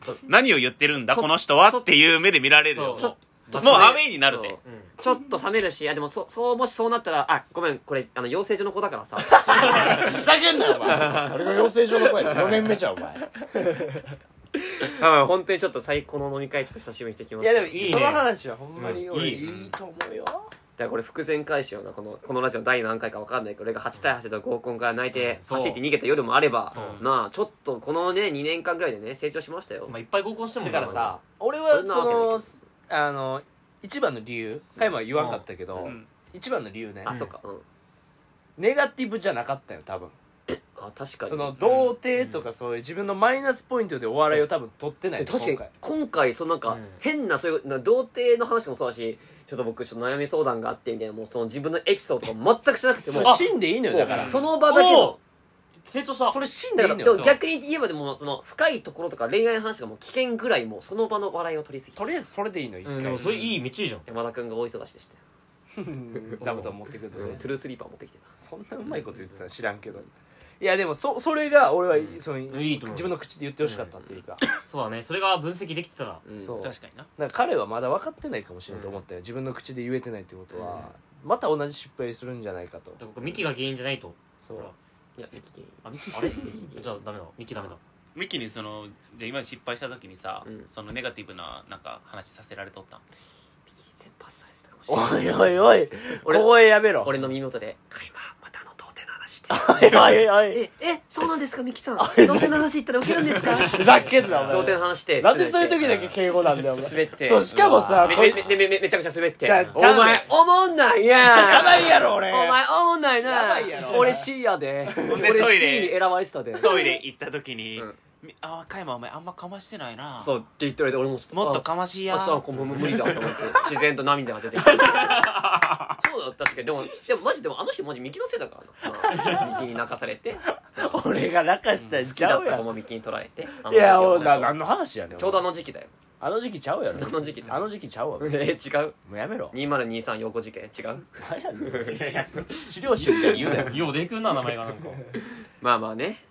Speaker 3: う
Speaker 4: の
Speaker 2: ん
Speaker 4: 何を言ってるんだ
Speaker 2: ちょ
Speaker 4: この人はっていう目で見られるよ
Speaker 3: そう
Speaker 4: も
Speaker 2: ちょっと
Speaker 4: うもうアウェイになるで
Speaker 2: そう
Speaker 3: うん
Speaker 2: ちょっと冷めるしいやでもそそうもしそうなったらあごめんこれあの養成所の子だ
Speaker 4: [laughs]
Speaker 2: からさ
Speaker 3: ふざけんなよお前
Speaker 1: [laughs] 俺が養成所の声4年目じゃんお前
Speaker 2: あ本当にちょっと最高の飲み会ちょっと久しぶりにしてきま
Speaker 1: い
Speaker 2: した
Speaker 1: やでも
Speaker 2: だか
Speaker 3: いいね
Speaker 1: その話はほんまに
Speaker 3: うん
Speaker 1: 俺
Speaker 3: いい
Speaker 1: いいと思うよ
Speaker 2: らこれ伏線回収よなこのこのラジオ第何回か分かんないけど俺が8対8と合コンから泣いて
Speaker 3: そう
Speaker 2: 走って逃げた夜もあれば
Speaker 3: そう
Speaker 2: なあちょっとこのね2年間ぐらいでね成長しましたよ
Speaker 3: まあいっぱい合コンしても
Speaker 5: だからさ俺
Speaker 2: そ
Speaker 5: は
Speaker 2: んなわけないけど
Speaker 5: そのあの一番の理由カイマは言わんかったけど、
Speaker 4: うん
Speaker 5: 一番の理由ね
Speaker 2: あそっかうん
Speaker 5: ネガティブじゃなかったよ多分
Speaker 2: あ確かに
Speaker 5: その童貞とかそういう自分のマイナスポイントでお笑いを多分取ってない
Speaker 2: 確かに
Speaker 5: 今回
Speaker 2: 今回そのなんか
Speaker 3: うん
Speaker 2: 変なそういうな童貞の話もそうだしちょっと僕ちょっと悩み相談があってみたいなもうその自分のエピソードとか全くしなくて
Speaker 5: そ
Speaker 2: も
Speaker 5: う
Speaker 2: あ
Speaker 5: 死んでいいのよだから
Speaker 2: その場だけの
Speaker 3: お成長した
Speaker 5: それ死んで
Speaker 2: だ
Speaker 5: い
Speaker 2: か
Speaker 5: いの
Speaker 2: らで
Speaker 5: よ
Speaker 2: も
Speaker 5: そう
Speaker 2: 逆に言えばでもその深いところとか恋愛の話がもう危険ぐらいもうその場の笑いを取りすぎ
Speaker 5: とりあえずそれでいいの一
Speaker 3: うんで
Speaker 5: 回
Speaker 3: もそれいいめっちゃいいじゃん
Speaker 2: 山田君が大忙しでしたよ、
Speaker 5: うん座布団持ってくるのね
Speaker 2: トゥルースリーパー持ってきてた
Speaker 5: そんなうまいこと言ってたら知らんけどいやでもそそれが俺は
Speaker 3: うん
Speaker 5: その
Speaker 3: いいと思う
Speaker 5: 自分の口で言ってほしかったっていうか
Speaker 3: そうだねそれが分析できてたら
Speaker 2: うん
Speaker 5: そう
Speaker 4: 確かにな
Speaker 5: なんか彼はまだ分かってないかもしれないと思ったよ自分の口で言えてないってことはまた同じ失敗するんじゃないかと
Speaker 3: だからミキが原因じゃないと
Speaker 5: そう
Speaker 3: ほら
Speaker 2: いやミキキ
Speaker 3: あミキあれじゃあダメだミキダメだ
Speaker 4: ミキにそのじゃあ今失敗した時にさ
Speaker 2: うん
Speaker 4: そのネガティブななんか話させられとったん
Speaker 2: ミキ全パスされてたかもしれ
Speaker 5: お
Speaker 2: ない
Speaker 5: いおいおい
Speaker 2: 俺
Speaker 5: 小声やめろ
Speaker 2: 俺の耳元で「カイマまたあの童貞の話して」
Speaker 6: はいはいはい
Speaker 2: ええそうなんですかミキさん露天の話言ったらウケるんですか
Speaker 6: ふざけんな
Speaker 2: 露
Speaker 6: お
Speaker 2: 天
Speaker 6: 前
Speaker 2: の話して
Speaker 6: なんでそういう時だ
Speaker 2: け
Speaker 6: け敬語なんだよお前
Speaker 2: 滑って
Speaker 6: そうしかもさこい
Speaker 2: めめめめめめちゃくちゃ滑って
Speaker 6: ちゃ
Speaker 2: お
Speaker 6: ちゃ
Speaker 2: 前おもんないやん
Speaker 4: やばいやろ、俺。
Speaker 2: お前おもんない
Speaker 6: や
Speaker 2: な
Speaker 6: ばいやろ
Speaker 2: 俺 C やで
Speaker 4: ほんで
Speaker 2: 俺
Speaker 4: トイ
Speaker 2: C
Speaker 4: レ
Speaker 2: に選ばれてたで
Speaker 4: トイレ行った時に、
Speaker 2: うん
Speaker 4: みあ、加山お前あんまかましてないな。
Speaker 2: そうって言って言われて俺もちょ
Speaker 4: もっとかましいや。
Speaker 2: あそう
Speaker 4: そ
Speaker 2: こう無無理だと思って自然と涙が出てきてそうだった確かにでもでもマジでもあの人マジミキのせいだからなミキに泣かされて
Speaker 6: 俺が泣かしたん
Speaker 2: 好き
Speaker 6: ちゃ
Speaker 2: だ
Speaker 6: う
Speaker 2: った
Speaker 6: や
Speaker 2: 子
Speaker 6: ん
Speaker 2: もミキに取られてあ
Speaker 6: い
Speaker 2: の
Speaker 6: やお
Speaker 2: 時は
Speaker 6: な何の話やねん
Speaker 2: ちょうどあの時期だよ
Speaker 6: あの時期ちゃうやろ
Speaker 2: ちょうどあの時期だ
Speaker 6: あの時期ちゃうわ
Speaker 2: え
Speaker 6: 別に
Speaker 2: 違う
Speaker 6: もうやめろ
Speaker 2: [laughs] 2023横事件違う
Speaker 6: 何やねん
Speaker 1: 資料集みたいに言うなよ
Speaker 3: ようでくんな名前がなんか
Speaker 2: まあまあね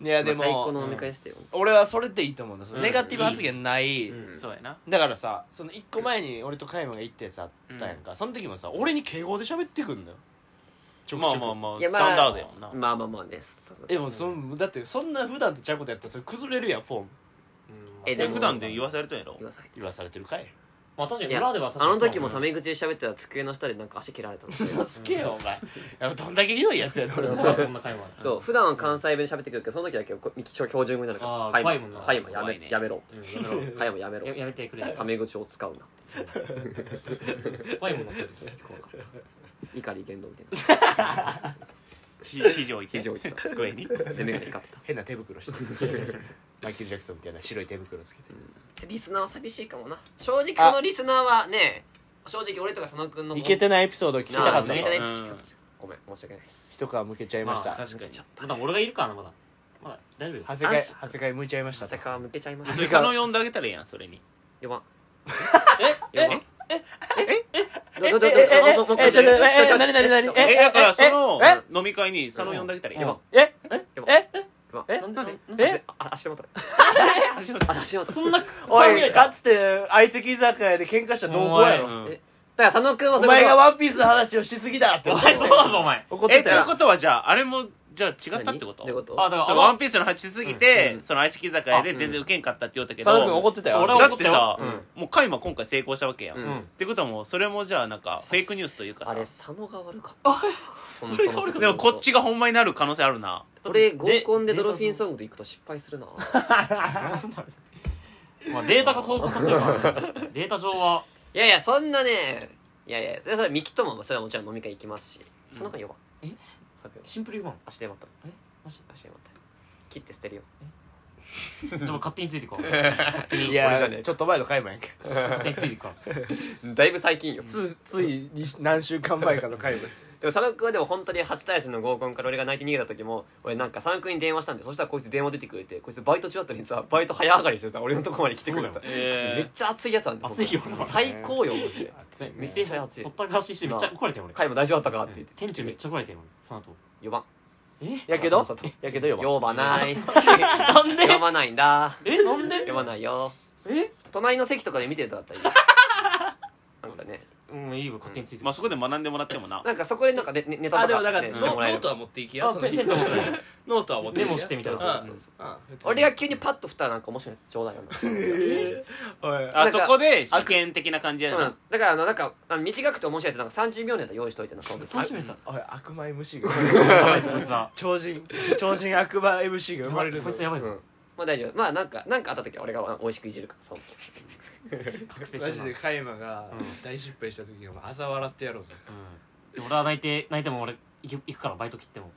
Speaker 1: いやで
Speaker 2: まあ最高
Speaker 1: も
Speaker 2: の飲み会してよ
Speaker 1: 俺はそれでいいと思うんだその
Speaker 3: うん
Speaker 1: ネガティブ発言ない
Speaker 2: うん
Speaker 4: うやな。
Speaker 1: だからさその1個前に俺と加山が行ったやつあったやんかその時もさ俺に敬語で喋ってくんだよちょく
Speaker 4: ま
Speaker 1: ち
Speaker 4: あ
Speaker 1: ょく
Speaker 4: まあまあ、
Speaker 2: いや
Speaker 4: ス
Speaker 2: まあ
Speaker 4: タンダードやもんな。
Speaker 2: まあまあまあねそう
Speaker 1: えでもそのだってそんな普段とちゃうことやったらそれ崩れるやんフォーム
Speaker 2: え
Speaker 4: で
Speaker 2: も
Speaker 4: 普段で言わされたんやろ
Speaker 2: 言。わされて
Speaker 1: 言わされてるかい
Speaker 3: まあ確か
Speaker 2: い
Speaker 3: に
Speaker 2: や
Speaker 3: 裏では確か
Speaker 2: あの
Speaker 3: にそう
Speaker 2: 時もタメ口で喋ってたら机の下でなんか足蹴られた
Speaker 4: [laughs]
Speaker 2: の
Speaker 1: 嘘つけよお前やっぱどんだけひどいやつやろ俺
Speaker 3: こん
Speaker 1: は
Speaker 3: なこんな会話
Speaker 2: そう普段は関西弁で喋ってくるけどその時だけこう標準語になるから
Speaker 3: あー
Speaker 2: カイマ
Speaker 3: 怖いもんな
Speaker 2: カイマや
Speaker 4: 怖
Speaker 2: め
Speaker 4: いね
Speaker 2: やめろ
Speaker 3: うんやめろ
Speaker 2: カイマやめろ
Speaker 3: ややめてくれ
Speaker 2: タメ口を使うな
Speaker 3: 怖いもんなそういう時
Speaker 2: 怖かった怒り言動みたい
Speaker 4: ひ肘置いて。
Speaker 2: 肘置いて
Speaker 4: [laughs]
Speaker 2: た
Speaker 4: 机に。
Speaker 2: なで目が光ってた
Speaker 1: 変な手袋してる [laughs] マイケル・ジャクソンみたいな白い手袋つけて
Speaker 2: リスナーは寂しいかもな正直このリスナーはね正直俺とか佐野くんの
Speaker 1: いけてないエピソード聞きたかった
Speaker 2: なあいけてない
Speaker 4: うん
Speaker 2: 聞きたかったごめん申し訳ないです
Speaker 1: 一皮向けちゃいました
Speaker 4: まあ確かに。
Speaker 3: まだ俺がいるからなまだまだ大丈夫よ
Speaker 1: 長谷川長谷川向いちゃいましたと
Speaker 2: 長谷川向けちゃいま
Speaker 4: それ
Speaker 2: した
Speaker 4: 佐野呼んであげたらいいやん、それに。
Speaker 2: 4番
Speaker 3: ええ
Speaker 1: えち
Speaker 2: ええええ
Speaker 1: ょっとえちょ何何何え
Speaker 4: え、だからその
Speaker 1: え
Speaker 4: 飲み会に佐野呼んであげたらいいやん。
Speaker 1: え
Speaker 2: え
Speaker 1: え
Speaker 3: なんで
Speaker 1: え
Speaker 2: あ足元
Speaker 4: 足
Speaker 2: あ足元
Speaker 3: そんな
Speaker 1: お
Speaker 3: そんない
Speaker 1: かつて相席居酒屋で喧嘩した同胞や
Speaker 4: う
Speaker 1: ろ
Speaker 4: ん
Speaker 2: えだから佐野くんは
Speaker 1: お前がワンピースの話をしすぎだって
Speaker 3: お前そうだぞお前
Speaker 1: 怒っ
Speaker 4: え、
Speaker 1: て
Speaker 4: って
Speaker 1: たよ
Speaker 4: ことはじゃあ、あれも、じゃあ違ったってこと
Speaker 2: どういうこと
Speaker 3: あだから
Speaker 4: そ
Speaker 3: あ
Speaker 4: う
Speaker 3: の
Speaker 4: ワンピースの話しすぎて、
Speaker 2: うん
Speaker 4: その相席居酒屋で全然ウケんかったって言ったけ
Speaker 1: 佐野君
Speaker 4: ど、
Speaker 1: 怒ってたよ
Speaker 3: 俺は
Speaker 4: だってさ
Speaker 3: うん、
Speaker 4: もうカイマ今回成功したわけやん。
Speaker 2: う
Speaker 4: っ
Speaker 2: ん
Speaker 4: てことはもう、それもじゃあなんか、フェイクニュースというか
Speaker 2: あ
Speaker 4: さ
Speaker 2: れ、佐野が悪かった本当のこと
Speaker 4: でもこっちがほんまになる可能性あるな。
Speaker 2: 俺合コンでドルフィンソングで行くと失敗するな
Speaker 3: まあデータがそういうことっていうのはあるねデータ上はい
Speaker 2: やいやそんなねいやいやそれはミキともそれはもちろん飲み会行きますしその中弱
Speaker 3: えシンプル言わん
Speaker 2: 足で待った
Speaker 3: えマジ
Speaker 2: 足で待った切って捨てるよ
Speaker 3: でも勝手についていくわ勝手に
Speaker 1: い
Speaker 2: 俺じゃ
Speaker 1: や
Speaker 2: ねえ
Speaker 1: ちょっと前の回もやんけ
Speaker 3: 勝手についていくわ
Speaker 2: だいぶ最近よでも
Speaker 1: つついに何週間前かの [laughs] 回も
Speaker 2: 佐野君はでも本当に8対1の合コンから俺が泣いて逃げた時も俺なんか佐野君に電話したんでそしたらこいつ電話出てくれてこいつバイト中だったのにさバイト早上がりしてさ俺のとこまで来てくれてさ
Speaker 3: そ
Speaker 4: え
Speaker 2: めっちゃ熱いやつなんで
Speaker 3: 熱いよ
Speaker 2: 本当に最高よマジで
Speaker 1: 熱いね
Speaker 2: めっちゃ熱い
Speaker 3: ほったらかししてめっちゃ怒られて俺
Speaker 2: 回も大丈夫だったかって言って
Speaker 3: 店長めっちゃ怒られて俺その後
Speaker 2: 4番
Speaker 3: え
Speaker 1: やけどやけどよ
Speaker 2: 呼ばない
Speaker 3: なんで
Speaker 2: 呼ばないんだ
Speaker 3: えなんで
Speaker 2: 呼ばないよ
Speaker 3: え
Speaker 2: 隣の席とかで見てるとだったらいいなんかね
Speaker 3: うんいいわ勝手についていく
Speaker 4: まあそこで学んでもらって
Speaker 2: [laughs]
Speaker 4: もな。
Speaker 2: なんかそこでなんかねねネタ
Speaker 7: あで
Speaker 2: と
Speaker 7: もだ
Speaker 2: か、
Speaker 7: から
Speaker 2: ね、
Speaker 7: ノ
Speaker 2: してもらえ
Speaker 7: ノー
Speaker 2: る
Speaker 7: トは持っていきやそ
Speaker 3: あ
Speaker 7: の
Speaker 3: ペンペンと思って
Speaker 7: [laughs]
Speaker 3: [laughs]
Speaker 7: ノートは持っていきや
Speaker 3: メモしてみたら
Speaker 7: うん
Speaker 2: そうそう
Speaker 7: うん
Speaker 2: 俺が急にパッと振ったらなんか面白いやつちょうだいよ [laughs]
Speaker 7: おい
Speaker 4: あ
Speaker 2: なん
Speaker 4: そ
Speaker 2: か
Speaker 4: こで試験的な感じや
Speaker 2: そうなん
Speaker 4: な
Speaker 2: で。すだからあのなんかあの短くて面白いやつなんか30秒ネタ用意しといてなその時
Speaker 3: 楽し
Speaker 1: [laughs]
Speaker 3: めた
Speaker 1: おい悪魔 MC が
Speaker 3: や
Speaker 7: [laughs]
Speaker 3: ばいぞこいつは
Speaker 1: 超人超人悪魔 MC が
Speaker 3: や
Speaker 1: 生ま
Speaker 3: ば
Speaker 1: れ
Speaker 3: い
Speaker 1: る
Speaker 3: こ
Speaker 1: ぞ
Speaker 3: いつやばい
Speaker 2: うん
Speaker 3: ぞ
Speaker 2: まあ大丈夫まあなんかなんかあった時は俺があ美味しくいじるからその時
Speaker 3: 覚醒
Speaker 7: マ
Speaker 3: し
Speaker 7: ジ
Speaker 3: た
Speaker 7: で
Speaker 3: な
Speaker 7: 加山が
Speaker 3: うん
Speaker 7: 大失敗した時にお前あざ笑ってやろうぜ
Speaker 3: うんで俺は泣いて泣いても俺行く行くからバイト切っても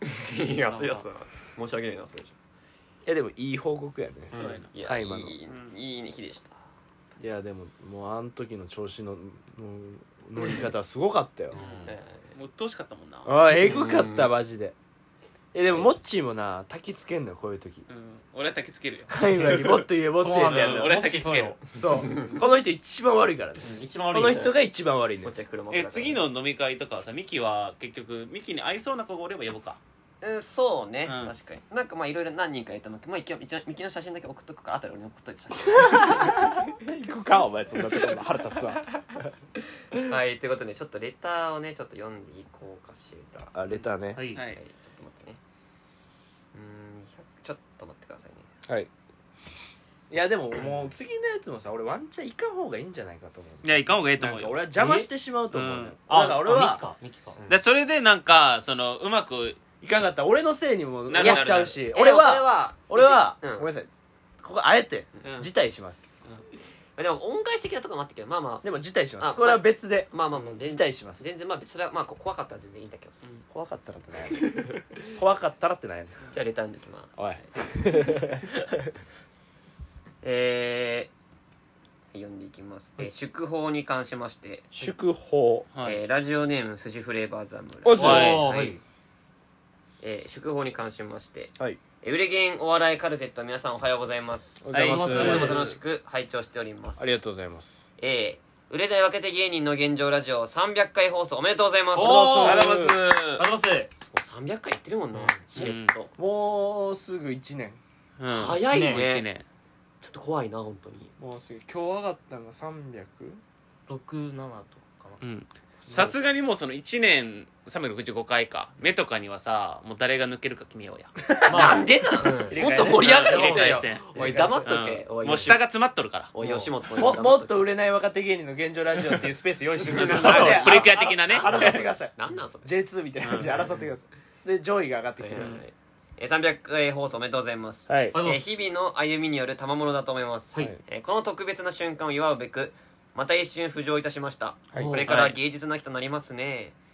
Speaker 2: い
Speaker 3: や熱いやつだ
Speaker 2: 申し訳ないなそれじ
Speaker 1: いやでもいい報告やね
Speaker 3: そうや
Speaker 2: ゃいや
Speaker 1: カ
Speaker 2: い
Speaker 1: イマの
Speaker 2: いいい日でした
Speaker 1: いやでももうあの時の調子のの乗り方はすごかったよ
Speaker 2: え
Speaker 4: もう鬱陶しかったもんな。
Speaker 1: ああえぐかっ
Speaker 2: う
Speaker 1: た
Speaker 2: ん
Speaker 1: マジでえでもモッチーもな焚きつけんのよこういう時 [laughs]
Speaker 4: うん俺は焚きつけるよ。
Speaker 1: カイマにもっと言えもっと言えってやるの
Speaker 4: そうなんだよ俺は焚きつける
Speaker 1: そうこの人一番悪いからね
Speaker 3: うん一番
Speaker 1: こ
Speaker 3: 悪い
Speaker 1: の人が一番悪い
Speaker 2: ー
Speaker 1: ね
Speaker 2: こっちは車も
Speaker 4: え次の飲み会とかはさミキは結局ミキに合いそうな子がおれば呼ぶか
Speaker 2: うんそうね、
Speaker 4: うん
Speaker 2: 確かになんかまあいろいろ何人かいたのまあ一応一応ミキの写真だけ送っとくからあとで俺に送っといて写
Speaker 1: 行くかお前そんなところ腹立つわ
Speaker 2: 真 [laughs] はいということでちょっとレターをねちょっと読んでいこうかしらは
Speaker 1: [laughs] あレターね
Speaker 3: はい
Speaker 4: はい
Speaker 2: いちょっと待ってねうーん100ちょっと待ってくださいね
Speaker 1: はいいやでももう次のやつもさ俺ワンチャン行かん方がいいんじゃないかと思う
Speaker 4: いや行かんほうがいいと
Speaker 1: なん
Speaker 4: 思う
Speaker 1: か
Speaker 4: よ
Speaker 1: 俺は邪魔してしまうと思うのよ
Speaker 4: え
Speaker 1: だから俺
Speaker 3: あミキ
Speaker 1: は
Speaker 3: かミキか
Speaker 4: でそれでなんかそのうまく
Speaker 1: いかんかったら俺のせいにも
Speaker 4: な
Speaker 1: な
Speaker 4: る
Speaker 1: っちゃうし
Speaker 2: え
Speaker 1: 俺
Speaker 2: でもそれ
Speaker 1: は
Speaker 2: は
Speaker 1: 俺は
Speaker 2: うん
Speaker 1: ごめんなさいここあえて
Speaker 4: うん
Speaker 1: 辞退します
Speaker 2: でも恩返し的なとこもあったけどまあまあ
Speaker 1: でも辞退しま
Speaker 2: あ
Speaker 1: すこれは別で
Speaker 2: まあまあまあ全
Speaker 1: 辞
Speaker 2: 然
Speaker 1: 退します
Speaker 2: 全然まあそれはまあこ怖かったら全然いいんだけどさ
Speaker 1: 怖かったらってなんやね [laughs] ん怖かったらってなんやねん
Speaker 2: じゃあレターに行きます
Speaker 1: おい
Speaker 2: えー、読んでいきます、えー祝報に関しまして、
Speaker 1: 祝報
Speaker 4: はい
Speaker 2: えーラジオネーム寿司フレーバー侍
Speaker 1: おっす
Speaker 4: おい
Speaker 2: は
Speaker 3: はいい
Speaker 2: えー祝報に関しまして、
Speaker 1: はい
Speaker 2: えー売れゲンお笑いカルテット皆さんおはようございます
Speaker 1: お
Speaker 4: は
Speaker 1: はよ
Speaker 4: よう
Speaker 1: う
Speaker 4: ご
Speaker 1: ご
Speaker 4: ざ
Speaker 1: ざ
Speaker 4: い
Speaker 1: い
Speaker 2: い
Speaker 1: ま
Speaker 2: つ
Speaker 1: す
Speaker 2: も楽しく拝聴しております
Speaker 1: ありがとうございます
Speaker 2: えー売れたい若手芸人の現状ラジオ300回放送おめでとうございます
Speaker 3: おー
Speaker 4: あ
Speaker 1: あ
Speaker 4: ら
Speaker 1: ら
Speaker 4: ま
Speaker 1: ますす
Speaker 3: ありがとうござい
Speaker 2: 300回言ってるもんな、しれっと
Speaker 1: もうすぐ1年
Speaker 4: うん
Speaker 2: 早いね
Speaker 4: もう一年
Speaker 2: ちょっと怖いな本当に
Speaker 1: もうすぐ今日上がったのが300
Speaker 3: ます67とかかな
Speaker 4: うんさすがにもうその1年365回か目とかにはさもう誰が抜けるか決めようや
Speaker 2: なんでなん、もっと盛り上がる
Speaker 4: 入れ
Speaker 2: 方だ
Speaker 4: 替え
Speaker 2: よ
Speaker 4: 戦
Speaker 2: おい黙っとけ、
Speaker 4: うん
Speaker 2: おい
Speaker 4: もう下が詰まっとるから
Speaker 2: おい吉本おい
Speaker 1: も
Speaker 2: 黙
Speaker 1: も
Speaker 2: と
Speaker 1: っ
Speaker 2: け
Speaker 1: と売れない若手芸人の現状ラジオっていうスペース用意してくだ
Speaker 4: そう
Speaker 1: [laughs] さい
Speaker 4: プレキュア的なね
Speaker 1: 争ってください
Speaker 2: なんなんそれ
Speaker 1: J2 みたいな感じで争ってくださいで上位が上がってきてください
Speaker 2: えー300回放送おめでとうございます、
Speaker 1: はい
Speaker 3: ありがとうござい
Speaker 2: え
Speaker 3: ま
Speaker 2: ー
Speaker 3: す
Speaker 2: 日々の歩みによる賜物だと思います、
Speaker 1: はい
Speaker 2: えーこの特別な瞬間を祝うべくまた一瞬浮上いたしました、
Speaker 1: はい
Speaker 2: これから芸術の秋となりますね、えー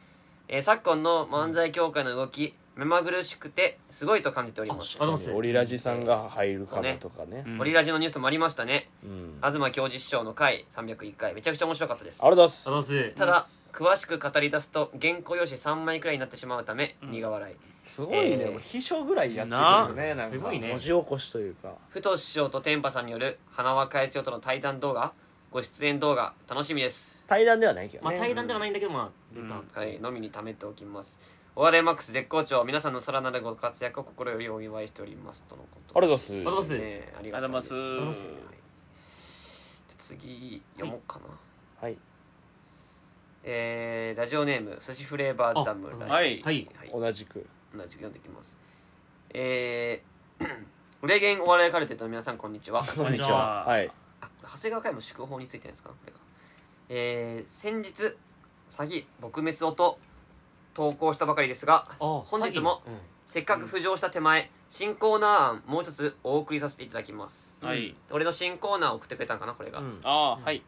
Speaker 2: 昨今の漫才協会の動き目まぐるしくてすごいと感じております
Speaker 3: ありがとうございます
Speaker 1: オリラジさんが入るかなとかね
Speaker 4: うん
Speaker 2: オリラジのニュースもありましたね、
Speaker 1: うんありが
Speaker 2: 東教授師匠の回301回めちゃくちゃ面白かったです
Speaker 1: とうございま
Speaker 3: あ
Speaker 1: す
Speaker 3: りがとうございます
Speaker 2: ただ詳しく語り出すと原稿用紙3枚くらいになってしまうため苦笑い、
Speaker 1: すごいね
Speaker 2: えー
Speaker 1: もう秘書ぐらいやってくるよね
Speaker 3: な
Speaker 1: なんか
Speaker 3: すごいね
Speaker 1: 文字起こしというか
Speaker 2: ふと師匠と天パさんによる花輪会長との対談動画ご出演動画楽しみです
Speaker 1: 対談ではないけど
Speaker 3: まあ
Speaker 1: ね
Speaker 3: 対談ではないんだけどまあ出た
Speaker 2: はいのみに貯めておきますお笑いマックス絶好調皆さんのさらなるご活躍を心よりお祝いしておりますとのこと
Speaker 1: ありがとうござい
Speaker 3: ありがとう
Speaker 1: ま
Speaker 3: ご
Speaker 1: す
Speaker 3: ざい
Speaker 2: ねありがとうござい
Speaker 3: ます
Speaker 4: ありがとうございます
Speaker 2: はいで次読もうかな、
Speaker 1: はい
Speaker 2: えーラジオネーム寿司フレーバー侍
Speaker 3: あ
Speaker 4: はい
Speaker 2: は
Speaker 3: はい
Speaker 2: い
Speaker 1: 同じく
Speaker 2: 同じく読んでいきますえー、レゲンお笑いカルテットの皆さんこんにちは
Speaker 1: こんにち
Speaker 4: は
Speaker 1: ははい
Speaker 2: あこれ長谷川会も祝報についてですかこれがえー、先日詐欺撲滅をと投稿したばかりですが
Speaker 3: あ
Speaker 2: 本日もせっかく浮上した手前、新コーナー案もう一つお送りさせていただきます、
Speaker 4: はい
Speaker 2: 俺の新コーナーを送ってくれたんかなこれが、
Speaker 1: うん
Speaker 4: ああはい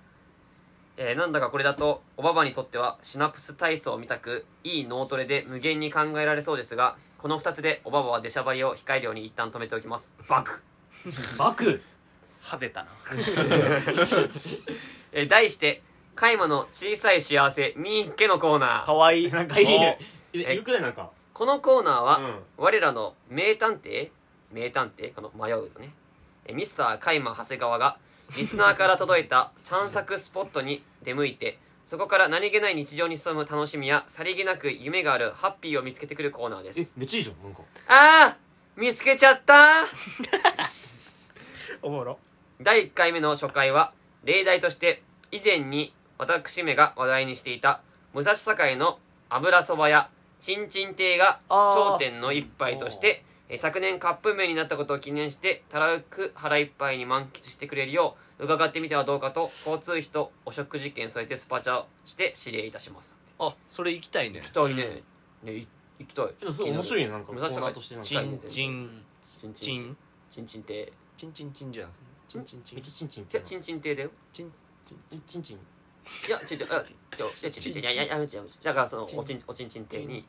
Speaker 2: えーなんだかこれだとおばばにとってはシナプス体操を見たくいい脳トレで無限に考えられそうですがこの2つでおばばは出しゃばりを控えるように一旦止めておきますバ
Speaker 3: [laughs]
Speaker 2: ク、
Speaker 3: バク
Speaker 4: はぜたな
Speaker 2: えー題して「カイマの小さい幸せみーっけ」のコーナー
Speaker 1: かわ [laughs] いい
Speaker 3: なんかいいね
Speaker 2: え
Speaker 3: えよくないなんか
Speaker 2: このコーナーは、
Speaker 3: うん
Speaker 2: 我らの名探偵名探偵この迷うねえーミスターカイマ長谷川がリスナーから届いた散策スポットに出向いてそこから何気ない日常に潜む楽しみやさりげなく夢があるハッピーを見つけてくるコーナーです
Speaker 3: えめっちゃいいじゃんなんか
Speaker 2: あー見つけちゃった
Speaker 1: おもろ
Speaker 2: 第1回目の初回は例題として以前に私めが話題にしていた武蔵境の油そばやちんちん亭が頂点の一杯としてえ昨年カップ麺になったことを記念してたらふく腹いっぱいに満喫してくれるよう伺ってみてはどうかと交通費とお食事券添えてスパチャをして指令いたします
Speaker 5: あそれ行きたいね
Speaker 2: 行きたいね,、ねい行きたい
Speaker 3: ちょっとすごい面白いねなんかコ
Speaker 2: 武蔵
Speaker 3: ーナー
Speaker 2: 境
Speaker 3: としてなん
Speaker 5: チ
Speaker 3: か
Speaker 2: 近
Speaker 5: ンチン
Speaker 2: ちんち
Speaker 5: チ
Speaker 2: ん
Speaker 5: ン
Speaker 2: ちんちん亭
Speaker 5: チンチンチンじゃんチンチンチン
Speaker 3: めっちゃチンチンっ
Speaker 2: い
Speaker 3: て
Speaker 2: やちんちん亭だよ
Speaker 5: チン
Speaker 3: チンチン
Speaker 2: いや、ちょちょ、あいや、ちょちょ、いや、いや、やめて、やめて。だから、その、おちん、おちんちん亭に、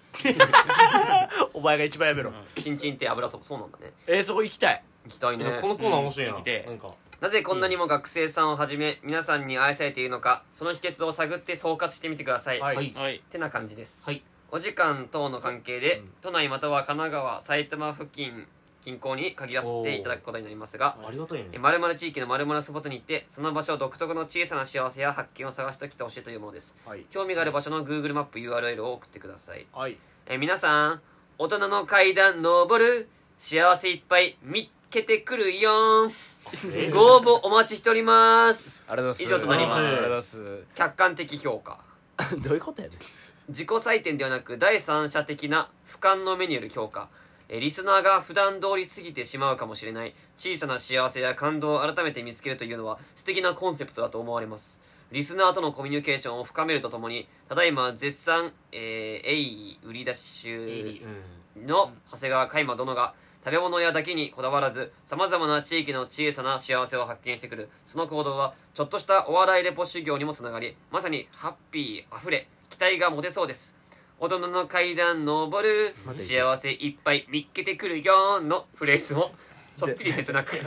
Speaker 1: お前が一番やめろ
Speaker 2: ちんちん亭油そば、そうなんだね。
Speaker 1: えーそこ行きたい
Speaker 2: 行きたいね
Speaker 3: なん。かこのコーナー面白い
Speaker 4: うん
Speaker 3: な
Speaker 4: できて
Speaker 3: なんか
Speaker 2: なぜこんなにも学生さんをはじめ、皆さんに愛されているのか、その秘訣を探って総括してみてください。
Speaker 1: は
Speaker 3: はい
Speaker 4: はい
Speaker 2: てな感じです。
Speaker 3: はい
Speaker 2: お時間等の関係で、都内または神奈川、埼玉付近、近郊に限らせていただくことになりますが、
Speaker 3: ありがたいね
Speaker 2: まるまる地域のまるまるスポットに行ってその場所独特の小さな幸せや発見を探してきてほしいというものです、
Speaker 1: はい
Speaker 2: 興味がある場所の Google マップ URL を送ってください
Speaker 1: はい
Speaker 2: えー皆さん大人の階段登る幸せいっぱい見つけてく
Speaker 1: [laughs]
Speaker 2: るよーんご応募お待ちしております
Speaker 1: ありがとうございます
Speaker 2: 以上となりま
Speaker 1: あ
Speaker 2: す
Speaker 1: りがとうござい
Speaker 2: 客観的評価
Speaker 1: ます [laughs] どういうことやねん
Speaker 2: 自己採点ではなく第三者的な俯瞰の目による評価えーリスナーが普段通り過ぎてしまうかもしれない小さな幸せや感動を改めて見つけるというのは素敵なコンセプトだと思われますリスナーとのコミュニケーションを深めるとともにただいま絶賛、えー、鋭意売り出し
Speaker 3: エイ
Speaker 2: 中
Speaker 3: リーうん
Speaker 2: の長谷川海馬殿が食べ物やだけにこだわらずさまざまな地域の小さな幸せを発見してくるその行動はちょっとしたお笑いレポ修行にもつながりまさにハッピーあふれ期待が持てそうです大人の階段登る幸せいっぱい見っけてくるよのフレーズもちょっぴり切なく
Speaker 3: [laughs]
Speaker 1: じ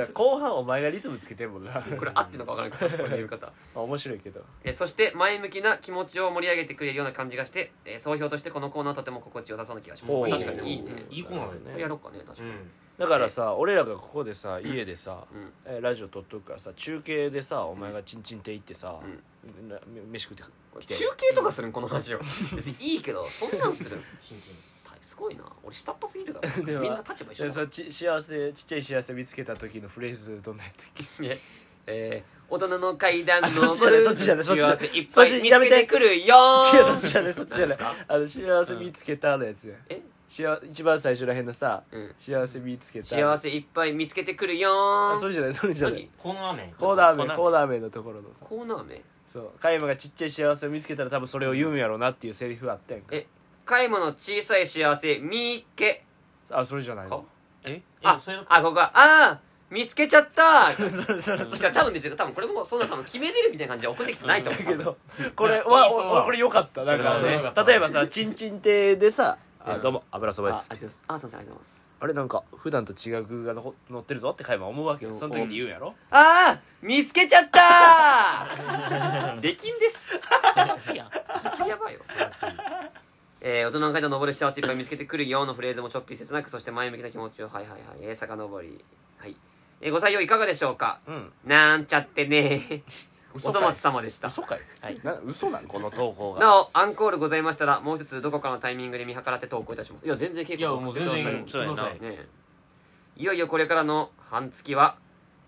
Speaker 1: ゃあ後半お前がリズムつけてんもんな
Speaker 2: これ合ってんのか分からないこれの呼び方
Speaker 1: あ [laughs] 面白いけど
Speaker 2: えーそして前向きな気持ちを盛り上げてくれるような感じがして、えー総評としてこのコーナーとても心地よさそうな気がします
Speaker 1: おー
Speaker 2: 確かにいいね
Speaker 3: いい子なんだよね
Speaker 2: やろうかね確かに、
Speaker 1: だからさ俺らがここでさ家でさ、
Speaker 2: うん
Speaker 1: えーラジオ撮っとくからさ中継でさお前がチンチンって行ってさ、な飯食って
Speaker 2: これ
Speaker 1: 来て
Speaker 2: 中継とかするんこの話を別にいいけどそんなんするん
Speaker 3: ちんちん
Speaker 2: すごいな俺下っ端すぎるだ
Speaker 1: [laughs] で
Speaker 2: ろ
Speaker 1: は
Speaker 2: みんな立場一緒
Speaker 1: で
Speaker 2: だ
Speaker 1: さち幸せちっちゃい幸せ見つけた時のフレーズどんなやったっけ
Speaker 2: ええー大人の階段
Speaker 1: あそ
Speaker 2: の
Speaker 1: っちじゃないそっちじゃないそっちじゃな
Speaker 2: 幸
Speaker 1: い
Speaker 2: せいっぱい見つけてくるよ
Speaker 1: [laughs] 違うそっちじゃないそっちじゃないあの幸せ見つけたのやつ
Speaker 2: え
Speaker 1: しあ一番最初らへんのさ、
Speaker 2: うん
Speaker 1: 幸せ見つけた
Speaker 2: 幸せいっぱい見つけてくるよ
Speaker 1: あそれじゃないそれじゃない
Speaker 2: 何
Speaker 3: この雨
Speaker 1: コーナー
Speaker 4: コーナ
Speaker 1: 名
Speaker 4: ー名
Speaker 1: コーナー名のところの
Speaker 2: コーナー名
Speaker 1: そう加山がちっちゃい幸せを見つけたら多分それを言うんやろうなっていうセリフあったやんか
Speaker 2: え買い物小さい幸せ見っけ
Speaker 1: あそれじゃない
Speaker 2: か
Speaker 1: の
Speaker 4: え
Speaker 2: あ
Speaker 3: それだった
Speaker 2: あここはああ見つけちゃっ
Speaker 1: [laughs]
Speaker 2: た
Speaker 1: それ [laughs] それそれそれ
Speaker 2: いや多分別に多分これもそんな多分決めてるみたいな感じで送ってきてないと思う
Speaker 1: けどこれはおおこれよかったなんか
Speaker 3: うんよかった
Speaker 1: 例えばさ「ちんちん亭」でさ「あどうも油そば
Speaker 2: あ
Speaker 1: で
Speaker 2: あ
Speaker 1: す」
Speaker 2: りがとうございますあすいませんありがとうございます
Speaker 1: あれなんか普段と違う具がのこ乗ってるぞって加山思うわけよその時に言うんやろ
Speaker 2: ああ見つけちゃったーできんですやばいよえー、大人の階段登る幸せいっぱい見つけてくるよのフレーズもちょっぴり切なくそして前向きな気持ちをはいはいはいえー、遡りはい、えー、ご採用いかがでしょうか、
Speaker 4: ん
Speaker 2: なんちゃってねーお
Speaker 4: 嘘
Speaker 2: そ
Speaker 4: かい
Speaker 2: 松様でした
Speaker 4: 嘘かいはい
Speaker 1: な嘘なんこの投稿が
Speaker 2: なおアンコールございましたらもう一つどこかのタイミングで見計らって投稿いたしますいや全然結
Speaker 3: いや
Speaker 2: 構
Speaker 3: もう全然
Speaker 2: 送ってください
Speaker 4: そうやな
Speaker 3: くださ
Speaker 2: ね
Speaker 3: い
Speaker 2: えいよいよこれからの半月は、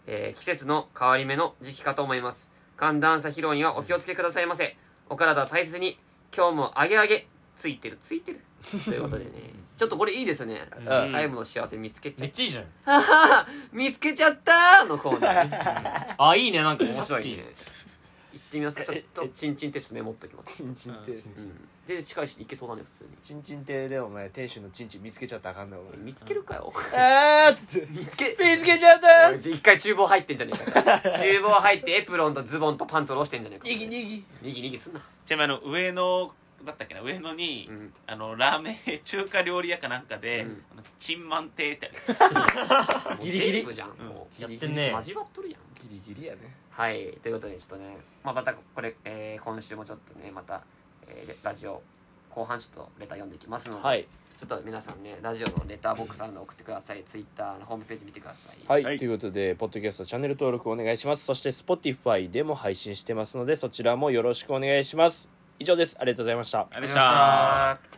Speaker 2: えー季節の変わり目の時期かと思います寒暖差疲労にはお気をつけくださいませお体大切に今日もあげあげついてるついてるということでねちょっとこれいいですね
Speaker 1: う
Speaker 3: うん
Speaker 2: タイムの幸せ見つけち
Speaker 3: め
Speaker 2: ゃ
Speaker 3: っちゃいいじゃん
Speaker 2: ははは見つけちゃったーのコーナー
Speaker 3: あいいねなんか面
Speaker 2: 面
Speaker 3: 白
Speaker 2: 白
Speaker 3: い
Speaker 2: いね行ってみますかちょっとチンチンってちょっとメモっときます
Speaker 1: [laughs] ちんちん亭
Speaker 2: うんで近いし行けそうなんで普通に
Speaker 1: ちんちん亭でお前店主のちんちん見つけちゃったらあかん [laughs] ねんお前
Speaker 2: 見つけるかよ
Speaker 1: あーっつって
Speaker 2: 見つけ
Speaker 1: 見つけちゃった
Speaker 2: [laughs] 一回厨房入ってんじゃねえかよ厨房入ってエプロンとズボンとパンツを下ろしてんじゃねえかにぎにぎにぎにぎすんな
Speaker 4: ちなみにあの上野だったっけな上野に、
Speaker 2: うん
Speaker 4: あのラーメン [laughs] 中華料理屋かなんかで、
Speaker 2: うん
Speaker 4: あのチンマン亭ってある
Speaker 1: ギリギリ
Speaker 2: もう全部じゃんもう
Speaker 3: やってんね
Speaker 2: 交わっとるやん
Speaker 1: ギリギリやね
Speaker 2: はいということでちょっとね、まあ、またこれ、えー今週もちょっとねまた、えーラジオ後半ちょっとレター読んでいきますので、
Speaker 1: はい
Speaker 2: ちょっと皆さんねラジオのレターボックスあるの送ってくださいツイッターのホームページ見てください
Speaker 1: はい、
Speaker 4: はい
Speaker 1: ということでポッドキャストチャンネル登録お願いしますそして Spotify でも配信してますのでそちらもよろしくお願いします以上ですありがとうございました
Speaker 4: ありがとうございました